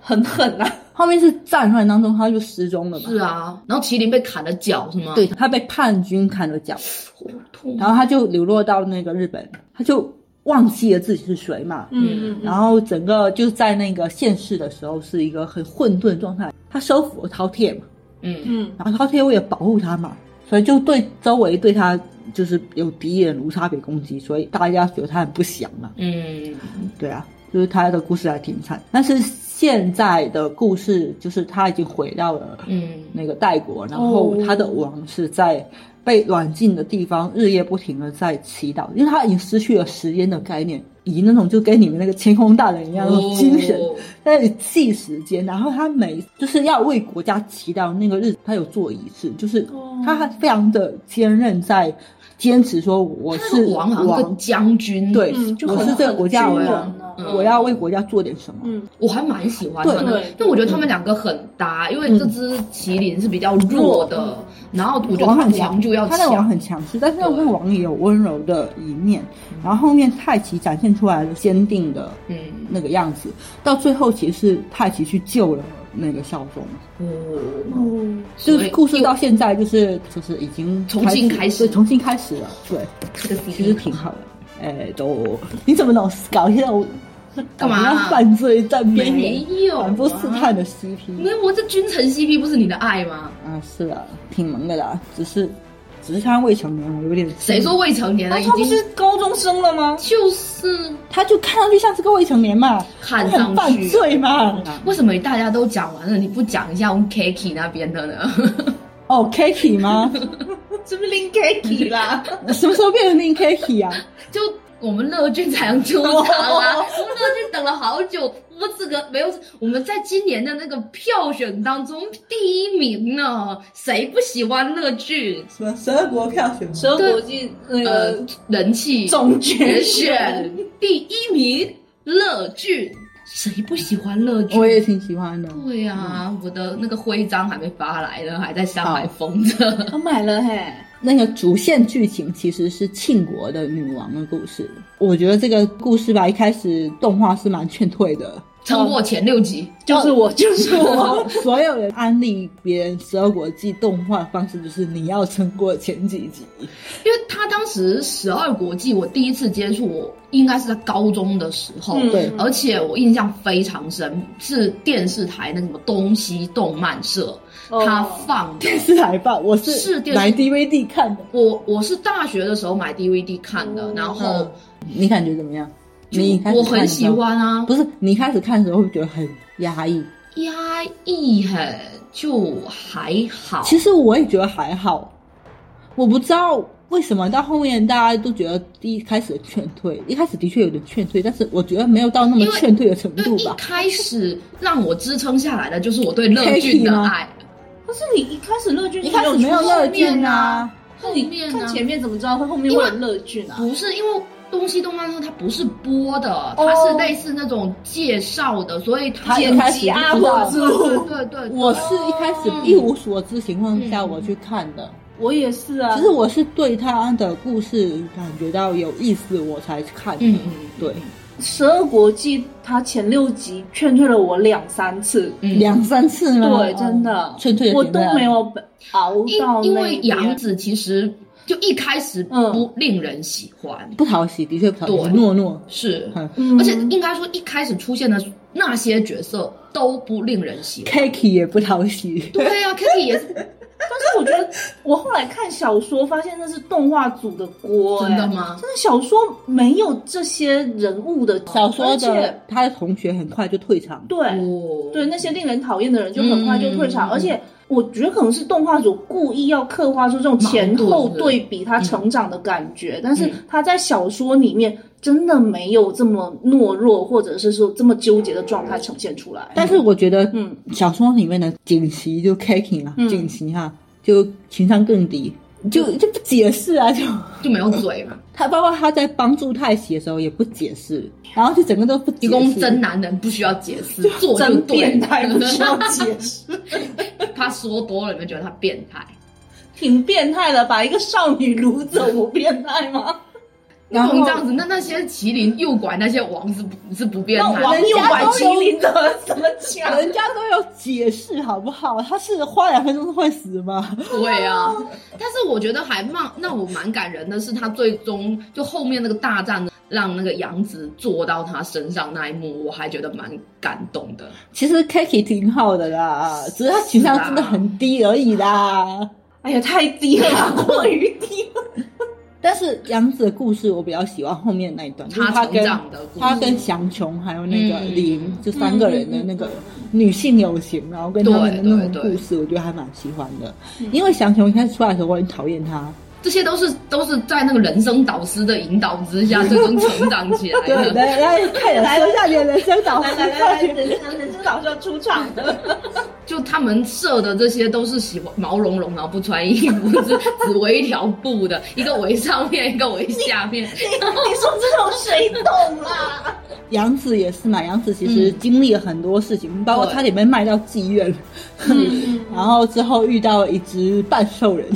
很狠啊。后面是战乱当中他就失踪了嘛。是啊，然后麒麟被砍了脚是吗？对，他被叛军砍了脚，好痛然后他就流落到那个日本，他就忘记了自己是谁嘛。嗯然后整个就是在那个现世的时候是一个很混沌状态。他收服了饕餮嘛，嗯嗯然后饕餮为了保护他嘛，所以就对周围对他就是有敌人无差别攻击，所以大家觉得他很不祥嘛。嗯对啊，就是他的故事还挺惨，但是现在的故事就是他已经回到了嗯那个代国，然后他的王是在被软禁的地方日夜不停的在祈祷，因为他已经失去了时间的概念，以那种就跟你们那个天空大人一样那种精神，哦在那里记时间，然后他每就是要为国家祈祷那个日子，他有做仪式，就是他还非常的坚韧在坚持说我那是个王好像是个将军，对嗯，就我很是这个国家很我军要人啊嗯我要为国家做点什么。嗯我还蛮喜欢他对嗯的对，因为我觉得他们两个很搭，因为这只麒麟是比较弱的，然后我觉得王它很强王就要他的王强，很强势，但是那对个王也有温柔的一面。然后后面太极展现出来了坚定的嗯，那个样子，到最后其实是太极去救了那个孝宗。哦，哦，就所是以故事到现在就是就是已经重新开始嗯对重新开始了。对，这个 CP 其实挺好的。哎，都你怎么老是搞一些那种干嘛搞一些犯罪在边缘没有啊反复试探的 CP 那我啊这君臣 CP 不是你的爱吗？啊？是啊，挺萌的啦，只是只是他未成年，我有点谁说未成年啊了？已他不经是高中生了啊吗？就是他就看上去像是个未成年嘛，看他上很犯去罪嘛。为什么大家都讲完了，你不讲一下我们 Kiki 那边的呢？哦，Kiki 吗？ 是不 是拎 Kiki 啦？什么时候变成令 Kiki 啊？就我们乐俊才能出场 啊！我们乐俊等了好久，无资格没有。我们在今年的那个票选当中第一名呢，谁不喜欢乐俊？什么十二国票选？蛇国际那呃个，人气呃总决决选选，第一名乐俊，谁不喜欢乐俊？我也挺喜欢的。对呀、嗯我的那个徽章还没发来呢，还在上海封着。我买了嘿，那个主线剧情其实是庆国的女王的故事。我觉得这个故事吧，一开始动画是蛮劝退 的，撑过前六集，就是我，就是我。所有人安利别人《十二国记》动画方式就是你要撑过前几集。因为他当时十二国际，我第一次接触，我应该是在高中的时候，嗯对而且我印象非常深，是电视台那个什么东西动漫社， 哦他放的。电视台吧，我是是电视买 DVD 看的。我我是大学的时候买 DVD 看哦的，然后你感觉怎么样？嗯你开始我看很的时喜候，欢啊，不是你一开始看的时候会觉得很压抑。压抑很就还好。其实我也觉得还好，我不知道为什么到后面大家都觉得第一开始劝退，一开始的确有点劝退，但是我觉得没有到那么因为劝退的程因度为一吧。开始让我支撑下来的就是我对乐俊 Kiki 的吗爱，可是你一开始乐俊一开始没有出乐现俊啊，那后你面看呢？前面怎么知道会后面会有乐俊啊？不是因为东西动漫社它不是播的，哦它是类似那种介绍的，所以它它一开始就知道 UP 主对对，对我是一开始一无所知情况下我去看的，我也是啊。其实我是对他的故事感觉到有意思我才看的。嗯嗯对，十二国际他前六集劝退了我两三次，嗯两三次吗？对，真的，劝退的我点都在哪里没有熬到因因为杨紫其实就一开始嗯不令人喜欢，不讨喜，的确不讨喜，对诺诺。是，嗯而且应该说一开始出现的那些角色都不令人喜欢。 Kiki 也不讨喜，对啊 k i t 也是但是我觉得，我后来看小说发现那是动画组的锅、哎真的？吗？真的小说没有这些人物的小说而且的他的同学很快就退场，对、哦对，那些令人讨厌的人就很快就退嗯场，而且我觉得可能是动画组故意要刻画出这种前后对比他成长的感觉，但嗯是他在小说里面真的没有这么懦弱，或者是说这么纠结的状态呈现出来。但是我觉得，嗯，小说里面的锦旗就 Kiki 啊，锦旗哈，就情商更低，就嗯就不解释啊，就就没有嘴嘛，他包括他在帮助太喜的时候也不解释，然后就整个都不一解共 释，真男人不需要解释，做就真对变态，不需要了。解释， 他说多了，你们觉得他变态？挺变态的，把一个少女掳走，不变态吗？那然种后这样子，那那些麒麟诱拐那些王是不是不变那态？网友家玩都麒麟的怎么讲？人家都有解释好不好？他是花两分钟就会死吗？对啊，但是我觉得还蛮让我蛮感人的是，他最终就后面那个大战，让那个杨紫坐到他身上那一幕，我还觉得蛮感动的。其实 Kiki 挺好的啦，啊只是他情商真的很低而已啦。 哎呀，太低了吧， 过于低了。但是杨紫的故事我比较喜欢后面那一段，就是她成跟长的故她事，跟祥琼还有那个嗯林、就三个人的那个女性友情，然后跟他们的对那对种对故事，我觉得还蛮喜欢的。因为祥琼一开始出来的时候，我很讨厌他，这些都是都是在那个人生导师的引导之下，最终成长起来对，的。来来，快点说一下你的人生导来来来来，人生人生老师要出场的，就他们射的这些都是喜欢毛茸茸，然后不穿衣服，只 只围一条布的，一个围上面，一个围下面。 你说这种谁懂啦？杨紫也是嘛，杨紫其实经历了很多事情，包括对差点被卖到妓院，嗯 然后之后遇到了一只半兽人，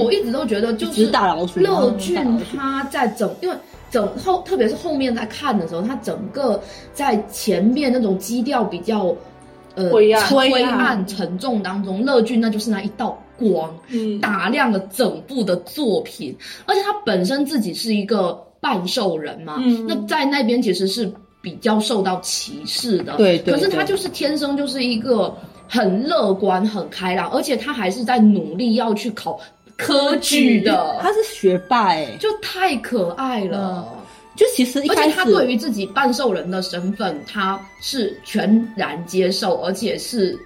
我一直都觉得就嗯一是只大老鼠嗯乐俊然后大老鼠他在整，因为整后，特别是后面在看的时候，他整个在前面那种基调比较呃灰暗灰暗沉重当中，乐俊那就是那一道光，嗯打亮了整部的作品，而且他本身自己是一个。半兽人嘛，嗯那在那边其实是比较受到歧视的。对对可是他对就是天生就是一个很乐观、很开朗，而且他还是在努力要去考科举的，他是学霸哎、就太可爱了。就其嗯实一而开且始他对于自己半兽人的身份，他是全然接受，而且是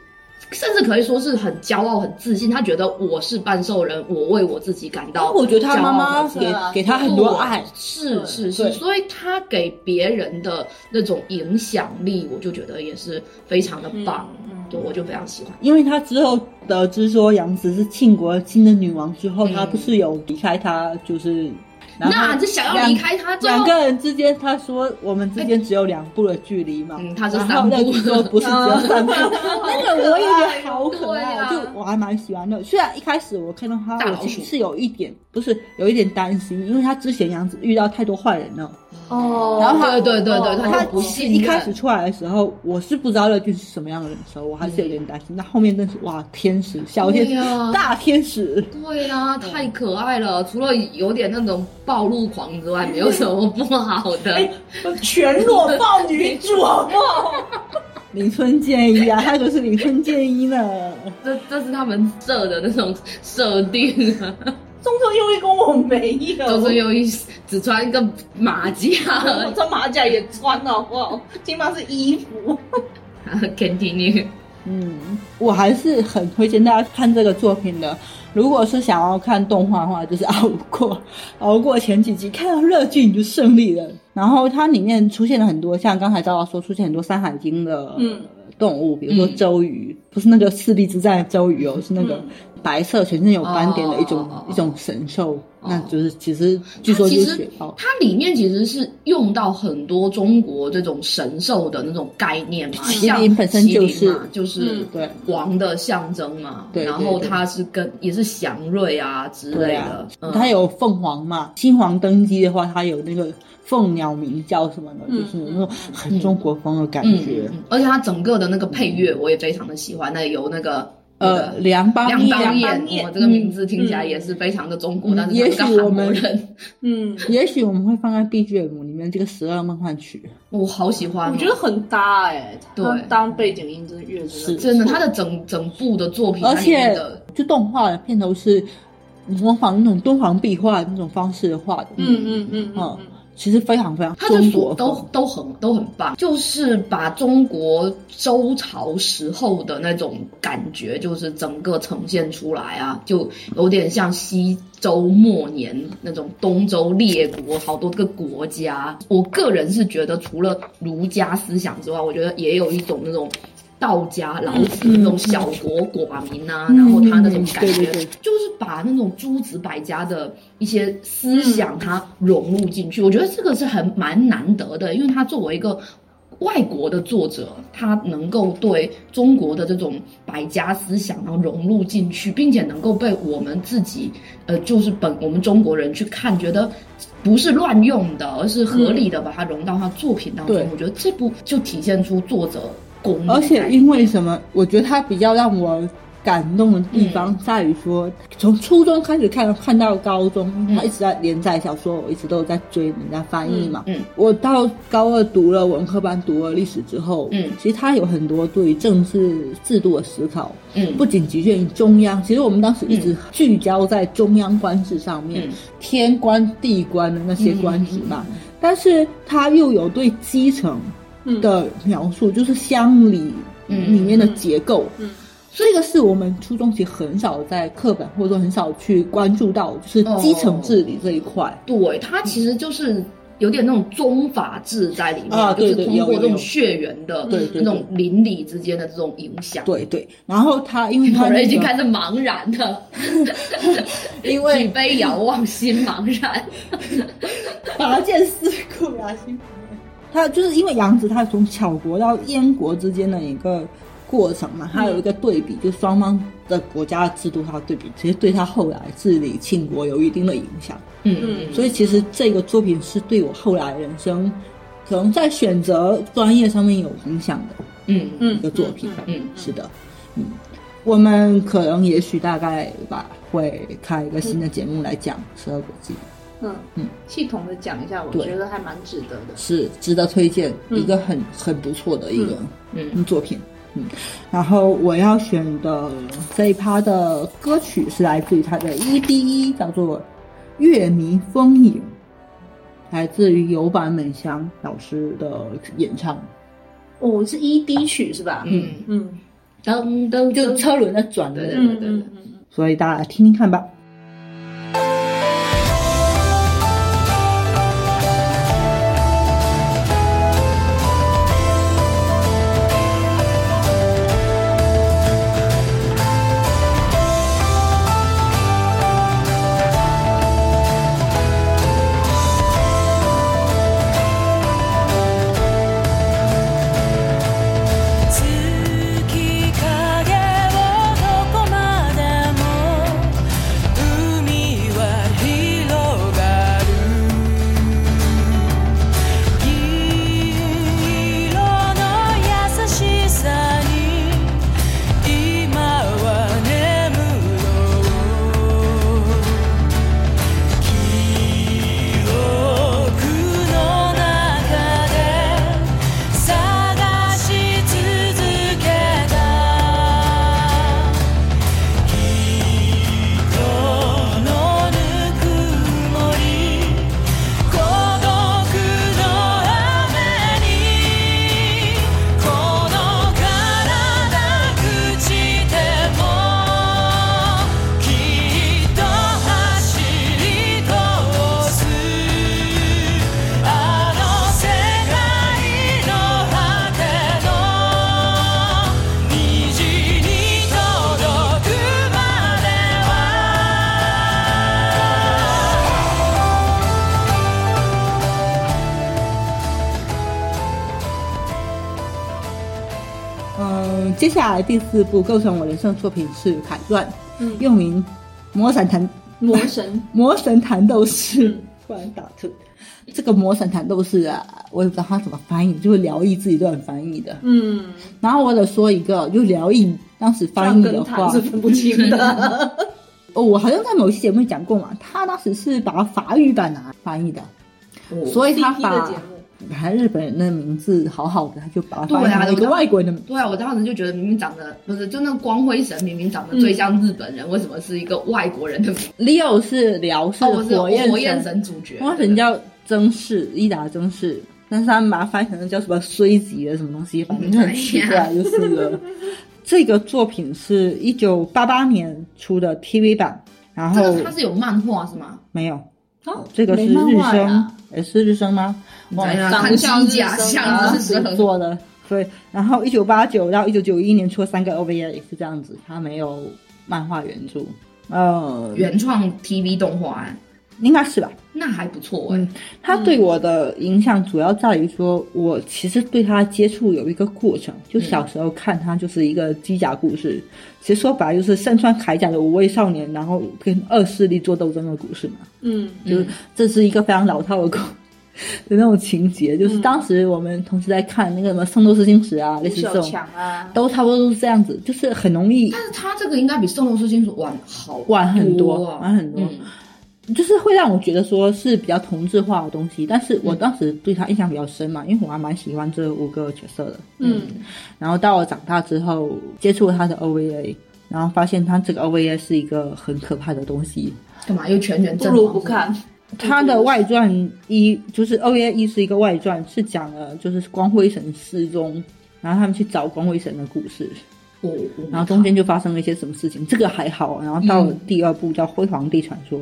甚至可以说是很骄傲、很自信。他觉得我是半兽人，我为我自己感到骄傲和我自觉信。得他妈妈啊骄傲嘛给给他很多爱，是是对是，所以他给别人的那种影响力，我就觉得也是非常的棒。嗯对，我就非常喜欢。因为他之后得知说杨紫是庆国亲的女王之后，嗯他不是有离开他，就是然后那这想要离开他，最两后个人之间，他说我们之间只有两步的距离嘛，嗯，他是然三后那部个说不是只有三步，那个我也觉得好可对 爱，啊就我还蛮喜欢的。虽然一开始我看到他，大我老其实鼠是有一点不是有一点担心，因为他之前杨紫遇到太多坏人了。哦然后对对对对，哦他他就不其实信一任。开始出来的时候，我是不知道乐俊是什么样的人的时候，我还是有点担心。那、后面真是哇，天使、小天使、嗯对啊大天使，对啦、太可爱了，除了有点那种暴露狂之外，没有什么不好哎的。全裸抱女主好 不好？林村健一啊，他可是林村健一呢。这这是他们设的那种设定 啊，中村优一公我没有，周深又一只穿一个马甲 我穿马甲也穿好不好？起码是衣服。 ，continue。嗯，我还是很推荐大家看这个作品的。如果是想要看动画的话，就是熬过熬过前几集，看到热剧你就胜利了。然后它里面出现了很多，像刚才昭昭说出现很多《山海经》的嗯动物，比如说周瑜，不是那个赤壁之战的周瑜哦，是那个嗯白色全身有斑点的一种、哦哦哦哦一种神兽，那就是其实据它说就其是哦实雪豹。它里面其实是用到很多中国这种神兽的那种概念嘛，麒麟像本身就麒麟嘛是就是嗯对王的象征嘛，对对然后对它是跟也是祥瑞啊之类对的啊，，嗯它有凤凰嘛，新皇登基的话，它有那个凤鸟鸣叫什么的，嗯就是那种很中国风的感觉。嗯，而且它整个的那个配乐我也非常的喜欢，那有那个呃，梁邦梁邦邦彦，彦我这个名字听起来也是非常的中国，嗯但是他是个韩国人，嗯，也许我们会放在 BGM 里面这个《十二梦幻曲我好喜欢哦、 我觉得很搭哎、对它当背景音这个乐真的是真的，他的整整部的作品，》，而它里面且的就动画的片头是模仿那种敦煌壁画那种方式画的，嗯嗯嗯嗯嗯，其实非常非常他的中所国都风都很都很棒，就是把中国周朝时候的那种感觉，就是整个呈现出来啊，就有点像西周末年那种东周列国好多个国家。我个人是觉得，除了儒家思想之外，我觉得也有一种那种。道家老子那种小国寡民啊，嗯然后他那种感嗯对觉对对，就是把那种诸子百家的一些思想，它融入进去。我觉得这个是很蛮难得的，因为他作为一个外国的作者，他能够对中国的这种百家思想，然后融入进去，并且能够被我们自己，呃，就是本我们中国人去看，觉得不是乱用的，而是合理的把它融到他作品当中。对我觉得这部就体现出作者功力在。而且因为什么？我觉得它比较让我感动的地方在于嗯说，从初中开始看看到高中，他一直在连载小说，我一直都有在追人家翻译嘛。嗯嗯我到高二读了文科班，读了历史之后，嗯其实他有很多对于政治制度的思考，嗯不仅局限于中央，其实我们当时一直聚焦在中央官制上面，嗯天官地官的那些官职嘛。但是他又有对基层嗯的描述，就是乡里嗯里面的结构。嗯嗯这个是我们初中其实很少在课本，或者说很少去关注到，就是基层治理这一块。对，它其实就是有点那种宗法制在里面，啊对就是对通有过有这种有血缘的对对那种邻里之间的这种影响。，对对，然后他因为他、有那个、人已经开始茫然了， 因举为杯遥望心茫然。 拔剑四顾啊，辛苦了他就是因为杨子，他从巧国到燕国之间的一个过程嗯嘛，他有一个对比，就双方的国家制度，它对比，其实对他后来治理庆国有一定的影响。嗯，所以其实这个作品是对我后来人生，可能在选择专业上面有影响的嗯一嗯个作品。嗯嗯是的，嗯，我们可能也许大概吧会开一个新的节目来讲《十二国记》。嗯嗯，系统的讲一下，我对觉得还蛮值得的。是值得推荐，嗯一个很很不错的一个嗯作品。嗯，然后我要选的这一趴的歌曲是来自于他的 ED1，叫做《乐迷风影》，来自于有坂美香老师的演唱，哦，是 ED 曲是吧？嗯，嗯噔噔就噔，车轮在转的对那对种，对对嗯嗯对，嗯，所以大家来听听看吧。月影をどこまでも海は広がる銀色の優しさに今は眠ろう記憶の中で探し続けた人のぬくもり孤独の雨にこの体朽ちてもきっと走り通すあの世界の果ての虹に届くまでは嗯，接下来第四部构成我人生的作品是《凯传》，又名《魔神弹魔神魔神弹斗士》，嗯突然打吐。这个《魔神弹斗士》啊，我也不知道它怎么翻译，就是辽译自己都很翻译的。嗯，然后我得说一个，就辽译当时翻上译的跟话塔，是分不清 的。哦，我好像在某期节目讲过嘛，他当时是把法语版拿翻译的，所以他 CP 把哦的节目本来日本人的名字好好的，他就把它对啊翻译成一对个啊外国人的名字。对啊，我当时就觉得明明长得不是，就那个光辉神明明长嗯得最像日本人，为什么是一个外国人的名字？ Leo 是辽，是哦，我是火焰火焰神神主角，他神叫曾氏，伊达曾氏，但是他们把它翻译成叫什么“衰吉”的什么东西，反正就很奇怪，就是了。这个作品是一九八八年出的 TV 版，然这后个他是有漫画是吗？没有，啊这个是没日漫画升呀，也是日啊升吗？忘哎了呀，长看相机甲是生像当是时蛇很做的，对。然后一九八九到一九九一年出了三个 OVA，也是这样子，它没有漫画原著，呃，原创 TV 动画、哎应该是吧？那还不错哎、嗯他对我的影响主要在于说，我其实对他接触有一个过程，就小时候看他就是一个机甲故事，其实说白了就是身穿铠甲的无畏少年，然后跟恶势力做斗争的故事嘛，嗯就是这是一个非常老套的故 的那种情节，嗯就是当时我们同时在看那个什么《圣斗士星矢》啊，类吴似这小种，强啊，都差不多都是这样子，就是很容易但是他这个应该比《圣斗士星矢》晚好晚很多多啊，晚很多嗯就是会让我觉得说是比较同质化的东西，但是我嗯当时对他印象比较深嘛，因为我还蛮喜欢这五个角色的。嗯然后到我长大之后接触了他的 OVA，然后发现他这个 OVA 是一个很可怕的东西。干嘛又全员不阵如亡不看。他的外传一就是 OVA 一是一个外传，是讲了就是光辉神失踪，然后他们去找光辉神的故事，我我然后中间就发生了一些什么事情，这个还好。然后到了第二部叫《辉煌地传说》，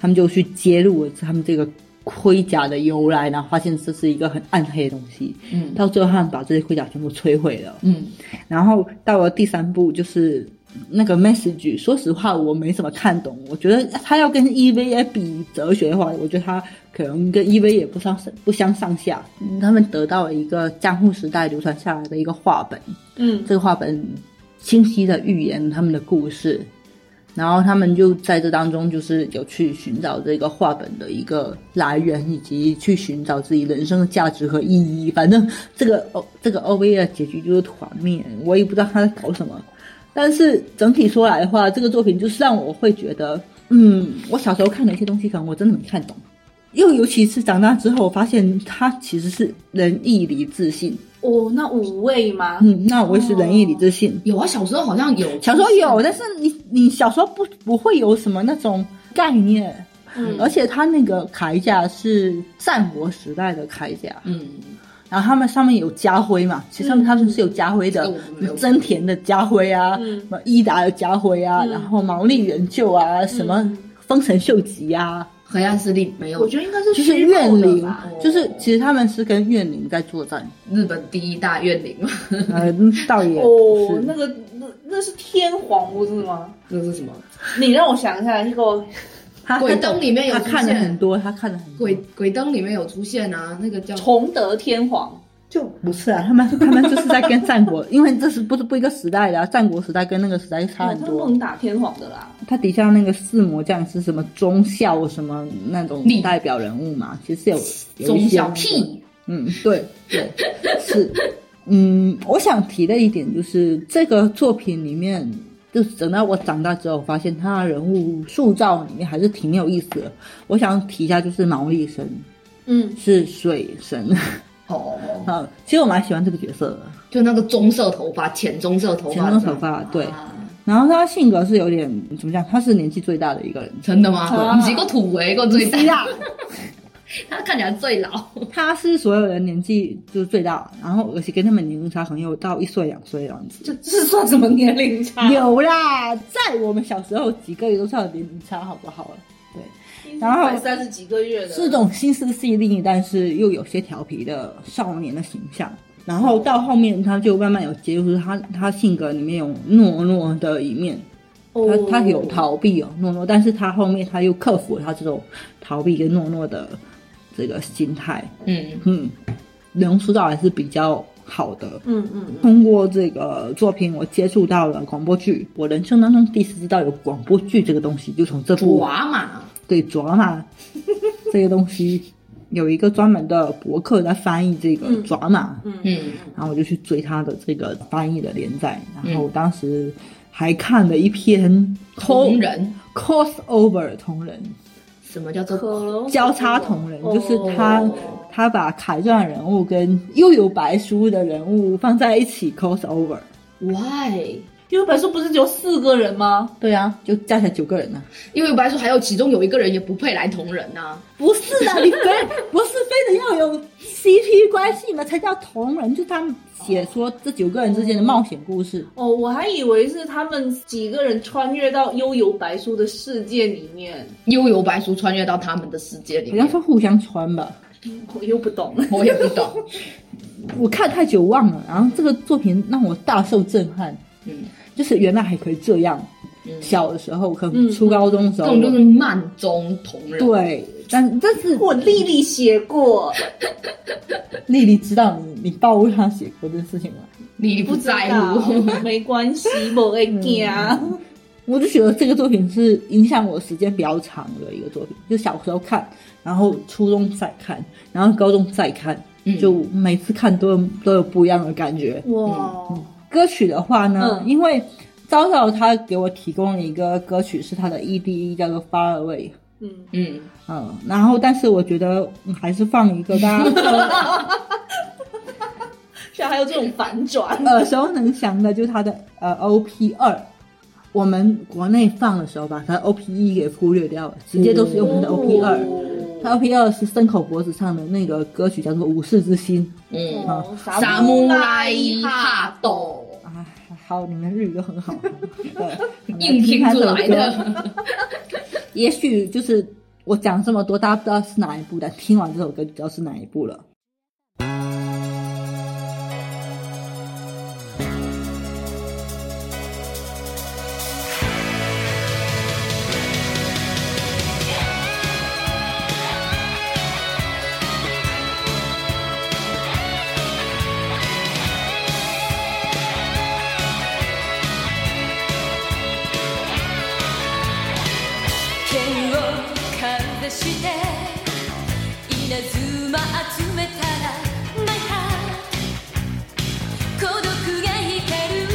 他们就去揭露了他们这个盔甲的由来，然后发现这是一个很暗黑的东西。嗯到最后，他们把这些盔甲全部摧毁了。嗯然后到了第三部，就是那个 message。说实话，我没怎么看懂。我觉得他要跟 EVA 比哲学的话，我觉得他可能跟 EVA 也不相不相上下。嗯他们得到了一个江户时代流传下来的一个画本，嗯这个画本清晰的预言他们的故事，然后他们就在这当中就是有去寻找这个画本的一个来源，以及去寻找自己人生的价值和意义。反正这个 O 这个 OVA 的结局就是团灭，我也不知道他在搞什么。但是整体说来的话，这个作品就是让我会觉得，嗯，我小时候看的一些东西，可能我真的没看懂。又尤其是长大之后，我发现他其实是仁义礼智信。哦，那五味吗？嗯，那我也是仁义礼智信。有啊，小时候好像有，小时候有，但是你你小时候不不会有什么那种概念，嗯而且他那个铠甲是战国时代的铠甲，嗯，然后他们上面有家徽嘛，其实上面他们是有家徽的嗯这个我没，有真田的家徽啊，嗯什么伊达的家徽嗯啊，然后毛利元就啊，什么丰臣秀吉啊，黑暗势力没我有，觉得应该是就是虚构怨的灵吧。，就是其实他们是跟怨灵在作战，日本第一大怨灵，啊呃，倒也哦不，那是，个那那是天皇不是吗？ 这是什么？你让我想一下，这个他鬼灯里面有他出看了现很多，他看了很多鬼，鬼灯里面有出现啊，那个叫崇德天皇。就不是啊，他们 他们就是在跟战国，因为这是不是不一个时代的、啊，战国时代跟那个时代差他很他多。猛打天皇的啦，他底下那个四魔将是什么忠孝什么那种立代表人物嘛，其实有有一中些小那个屁，嗯，对对是，嗯，我想提的一点就是这个作品里面，就是等到我长大之后，发现他的人物塑造里面还是挺有意思的。我想提一下就是毛利神嗯，是水神， 哦，啊，其实我蛮喜欢这个角色的，就那个棕色头发，浅棕色头前发，中头发对。啊然后他性格是有点怎么讲？他是年纪最大的一个人，真的吗？啊你是一个土为一个最 大，他看起来最老。他是所有人年纪就是最大，然后而且跟他们年龄差很有到一岁两岁这样子。这这是算什么年龄差？有啦，在我们小时候几个月都算有年龄差，好不好？然后三十几个月的，是种心思细腻，但是又有些调皮的少年的形象。然后到后面，他就慢慢有接触他，他性格里面有懦弱的一面，他哦他有逃避哦，懦弱，但是他后面他又克服了他这种逃避跟懦弱的这个心态，嗯，嗯，能塑造还是比较好的。嗯嗯通过这个作品，我接触到了广播剧，我人生当中第一次知道有广播剧这个东西，就从这部爪嘛，对抓马 这个东西，有一个专门的博客在翻译这个抓马，嗯，然后我就去追他的这个翻译的连载，然后嗯我当时还看了一篇 co- 同人， crossover 同人什么叫做嗯，交叉同人，就是他。哦他把凯传人物跟又有白书的人物放在一起 crossover， why？因为本书不是只有四个人吗？对啊，就加起来九个人呢、因为白说还有其中有一个人也不配来同人呐、啊不是的，你非不是非得要有 CP 关系嘛，才叫同人，就是他们写说这九个人之间的冒险故事。哦，我还以为是他们几个人穿越到幽游白书的世界里面，悠游白书穿越到他们的世界里好像面，是互相穿吧，我又不懂 了。我也不懂。我看太久忘了。然后这个作品让我大受震撼，嗯，就是原来还可以这样。嗯小的时候，可嗯能初高中的时这候，种就是慢中同人。，对，但但是我丽丽写过，丽丽知道你你暴露她写过这件事情吗？你不在乎。知道，哎没关系，啊我会惊。嗯我就觉得这个作品是影响我时间比较长的一个作品，就小时候看，然后初中再看，然后高中再看，嗯就每次看都有都有不一样的感觉。哇，嗯歌曲的话呢，嗯因为昭昭他给我提供了一个歌曲是他的 EDE 叫做《Far Away》，嗯，嗯，嗯，然后但是我觉得嗯还是放一个大家像还有这种反转，耳熟能详的，就是他的呃 OP 二。我们国内放的时候，把它 OP 一 E 给忽略掉了，直接都是用他的哦 OP 二、他 OP 二是牲口脖子上的那个歌曲，叫做《武士之心嗯，哦，萨木姆拉伊哈斗，》啊。好，你们日语都很 好，对硬拼出来。我们听看这首歌的。也许就是我讲这么多，大家不知道是哪一部，但听完这首歌就知道是哪一部了。剣をかざして稲妻集めたらないか孤独が光る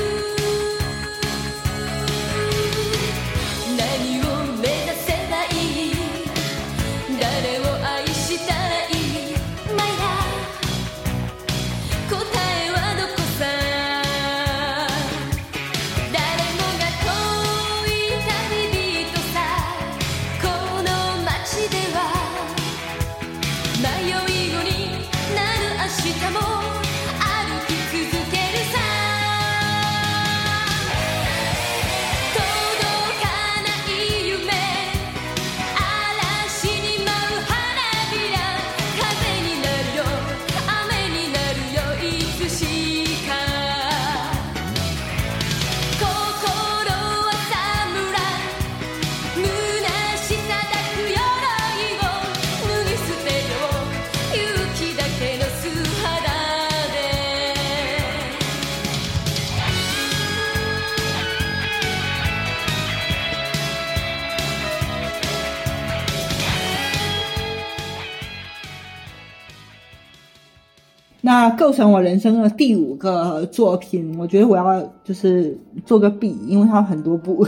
何を目指せばいい誰を愛し那构成我人生的第五个作品，我觉得我要就是做个 B，因为它有很多 部，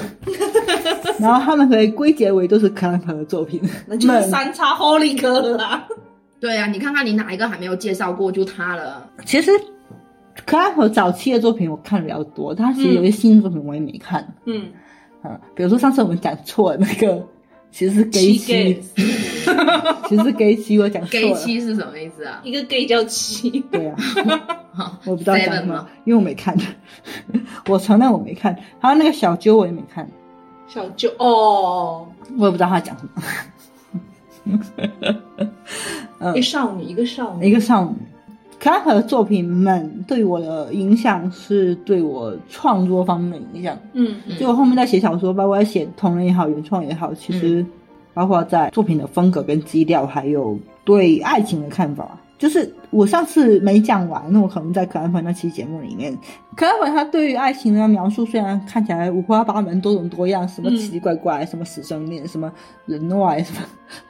然后他们可以归结为都是 clamp 的作品。那就是们三叉 Holy 哥了啦。 对啊，你看看你哪一个还没有介绍过，就他了。其实 clamp 早期的作品我看的比较多，但其实有些新的作品我也没看。嗯，嗯，比如说上次我们讲错那个，其实是 gay 七 gay 七，其实是 gay 七我讲错 gay 了。七是什么意思啊？一个 gay 叫七，对啊，哈我不知道 Seven 讲什么吗，因为我没看， 我承认我没看。还有那个小揪我也没看，小九哦，我也不知道他讲什么。一个少女，一个少女。一个少女。Clark 的作品们对我的影响是对我创作方面的影响，嗯嗯就我后面在写小说，包括在写同人也好、原创也好，其实包括在作品的风格跟基调，还有对爱情的看法。就是我上次没讲完，那我可能在克兰粉那期节目里面，克兰粉他对于爱情的描述虽然看起来五花八门、多种多样，什么嗯奇奇怪怪，什么师生恋，什么人外，什么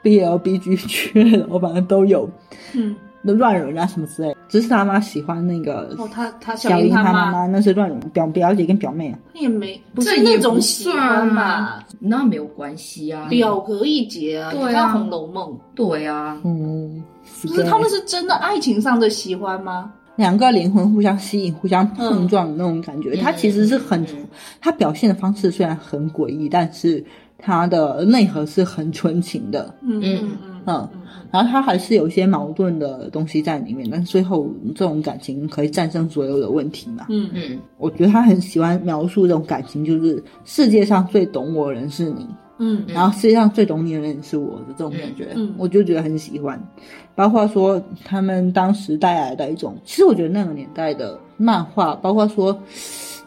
BL、BG 我反正都有，嗯，乱伦啊什么之类的。只是他妈喜欢那个哦，他他小小姨樱他他妈妈妈，那是乱伦表表姐跟表妹啊。也没不这是也那不种喜欢吧？那没有关系啊。表格一节啊，对啊你看《红楼梦》，对啊，嗯，不不是他们是真的爱情上的喜欢吗？两个灵魂互相吸引、互相碰撞的那种感觉，嗯它其实是很嗯，它表现的方式虽然很诡异，但是它的内核是很纯情的。嗯嗯嗯嗯，然后它还是有一些矛盾的东西在里面，但是最后这种感情可以战胜所有的问题嘛。嗯嗯嗯我觉得他很喜欢描述这种感情，就是世界上最懂我的人是你，嗯嗯然后世界上最懂你的人是我的这种感觉，嗯嗯我就觉得很喜欢。包括说他们当时带来的一种，其实我觉得那个年代的漫画，包括说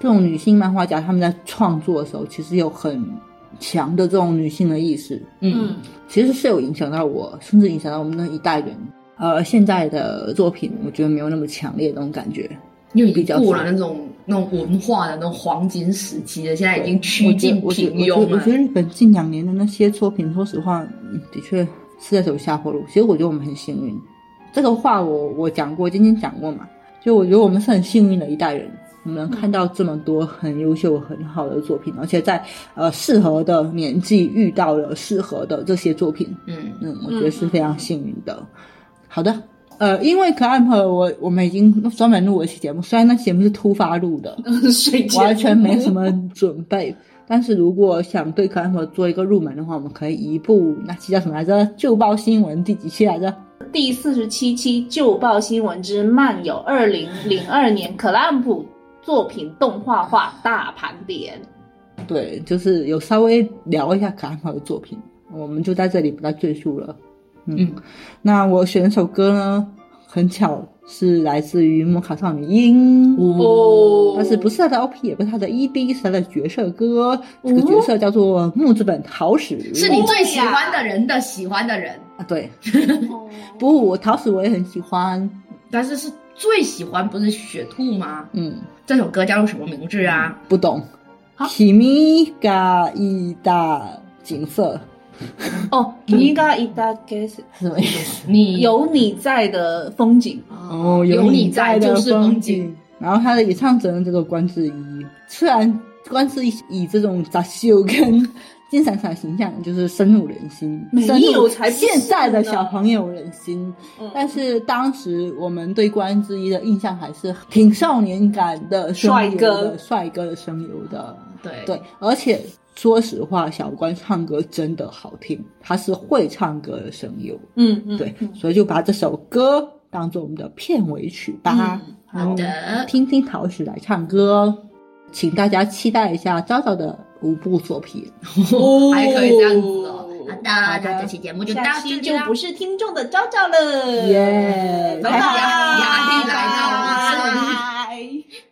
这种女性漫画家，他们在创作的时候，其实有很强的这种女性的意识，嗯嗯其实是有影响到我，甚至影响到我们那一代人。呃，现在的作品我觉得没有那么强烈的那种感觉，因为已比经较过少了那种那种文化的那种黄金时期了，现在已经我趋觉近得我觉平得我觉庸得我觉得了。日本近两年的那些作品，说实话，嗯的确是在走下坡路。其实我觉得我们很幸运，这个话我我讲过，今天讲过嘛。就我觉得我们是很幸运的一代人，我们能看到这么多很优秀、很好的作品，而且在呃适合的年纪遇到了适合的这些作品。嗯，嗯，我觉得是非常幸运的。好的，呃，因为 clamp 我我们已经专门录了一期节目，虽然那期节目是突发录的，嗯， 水晶完全没什么准备。但是如果想对 clamp 做一个入门的话，我们可以一部那期叫什么来着？旧报新闻第几期来着？ 第四十七期《旧报新闻之漫游二零零二年克兰普作品动画化大盘点》。对，就是有稍微聊一下 clamp 的作品，我们就在这里不再赘述了。嗯，嗯那我选首歌呢，很巧是来自于《摩卡少女樱》。嗯哦但是不是他的 OP，也不是他的 ED，是他的角色歌。这个角色叫做木之本桃矢，是你最喜欢的人的喜欢的人，啊？对，哦不，我桃矢我也很喜欢。但是是最喜欢不是雪兔吗？嗯，这首歌叫做什么名字啊？不懂好。 kimi ga i da 景色哦，你应该一大 g 是什么意思？你啊有你在的风景。嗯哦，有你在的就是风风景。。然后他的演唱者呢叫做关智一，虽然关智一以这种杂秀跟金闪闪形象就是深入人心，没深入有才不是现在的呢小朋友人心。嗯但是当时我们对关之一的印象还是挺少年感的声优帅哥的帅哥的声优的，对对，而且说实话，小关唱歌真的好听，他是会唱歌的声优，嗯嗯，对，所以就把这首歌当做我们的片尾曲吧。嗯好的，听听陶石来唱歌哦，请大家期待一下昭昭的五部作品。还可以这样子哦。好的，哦好那的这期节目就到下这期里就啦不。是听众的昭昭了，耶拜太拜，好了压力来到了拜拜。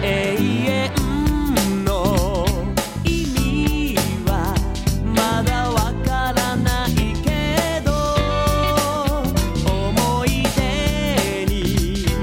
永遠の意味はまだわからないけど思い出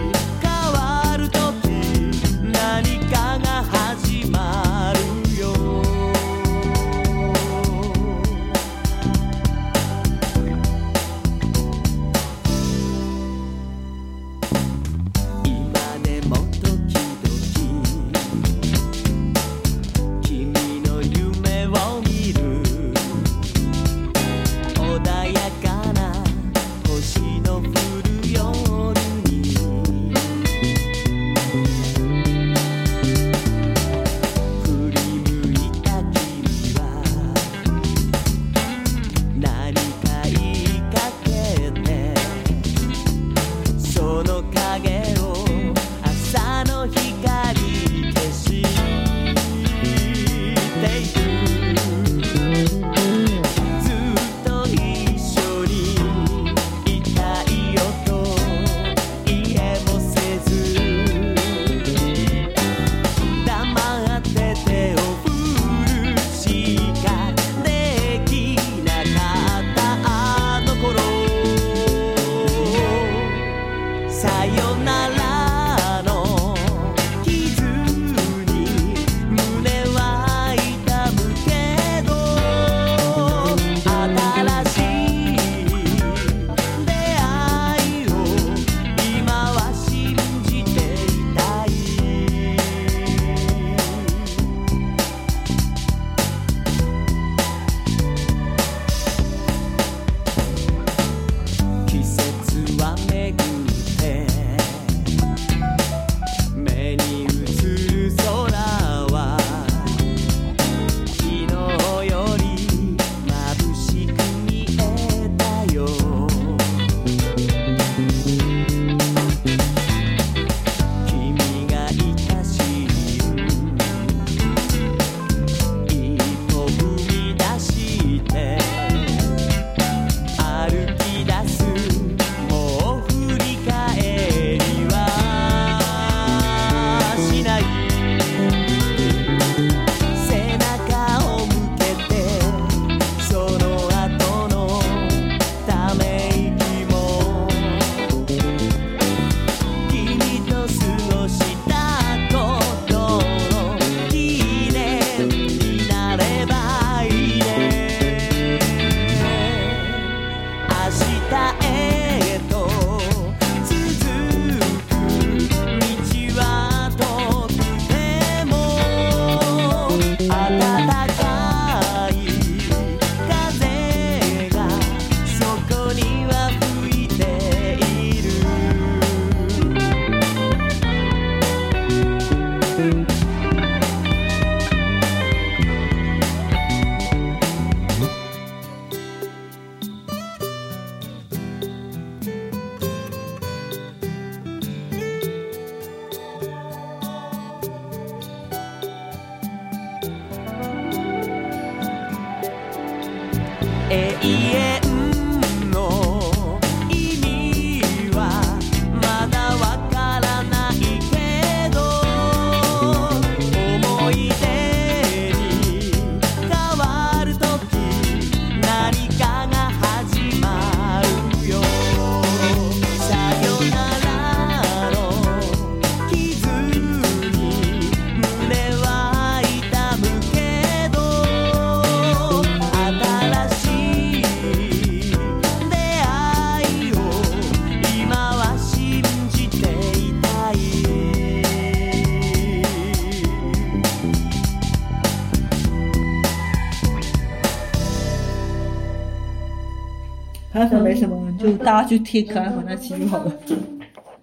还有没什么，就大家去听可爱粉那期就好了。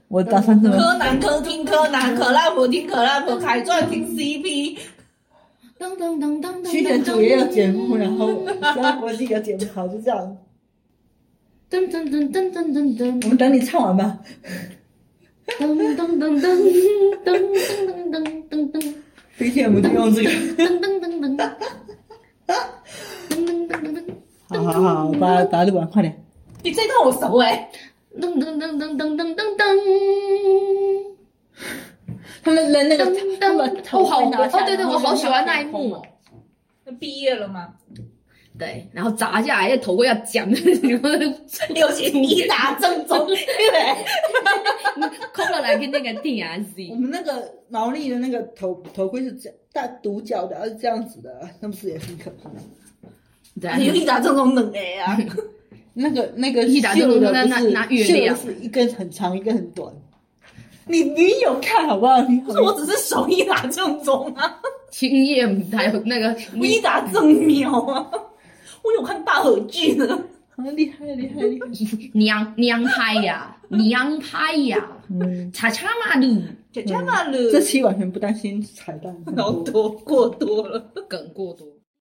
我打算这么柯南柯听柯南，可赖婆听可赖婆，凯传听 CP。噔噔噔噔噔。去年九月有节目，然后要播这个节目，好，就这样。噔噔噔噔噔噔噔我们等你唱完吧。噔噔噔噔噔噔噔噔噔噔噔。今天我们就用这个。噔噔噔噔。噔噔噔噔噔。 好好好，把把它录完，快点。你这段我熟哎、噔噔噔噔噔噔噔噔。他们那那个噔他们噔，哦好，哦对对，我好喜欢那一幕。哦那毕业了吗？对，然后砸下来，头盔要讲的， 有些你打正宗，对不对？空了来跟那个 T R 我 C，们那个毛利的那个头头盔是这样大独角的，而啊是这样子的，那不是也很可怕吗？你对，你打正宗冷哎嗯啊！那个那个一打就绣的拿不拿是拿月绣的亮是一根很长，一根很短。你你有看好不好？你不是，我只是手一打正宗啊，青叶还有那个 我一打正苗啊。我有看大合剧呢，好厉害厉害厉害！娘娘拍呀，娘拍呀，嗯，查查马路姐姐嘛了，这期完全不担心彩蛋。好多过多了。梗过多。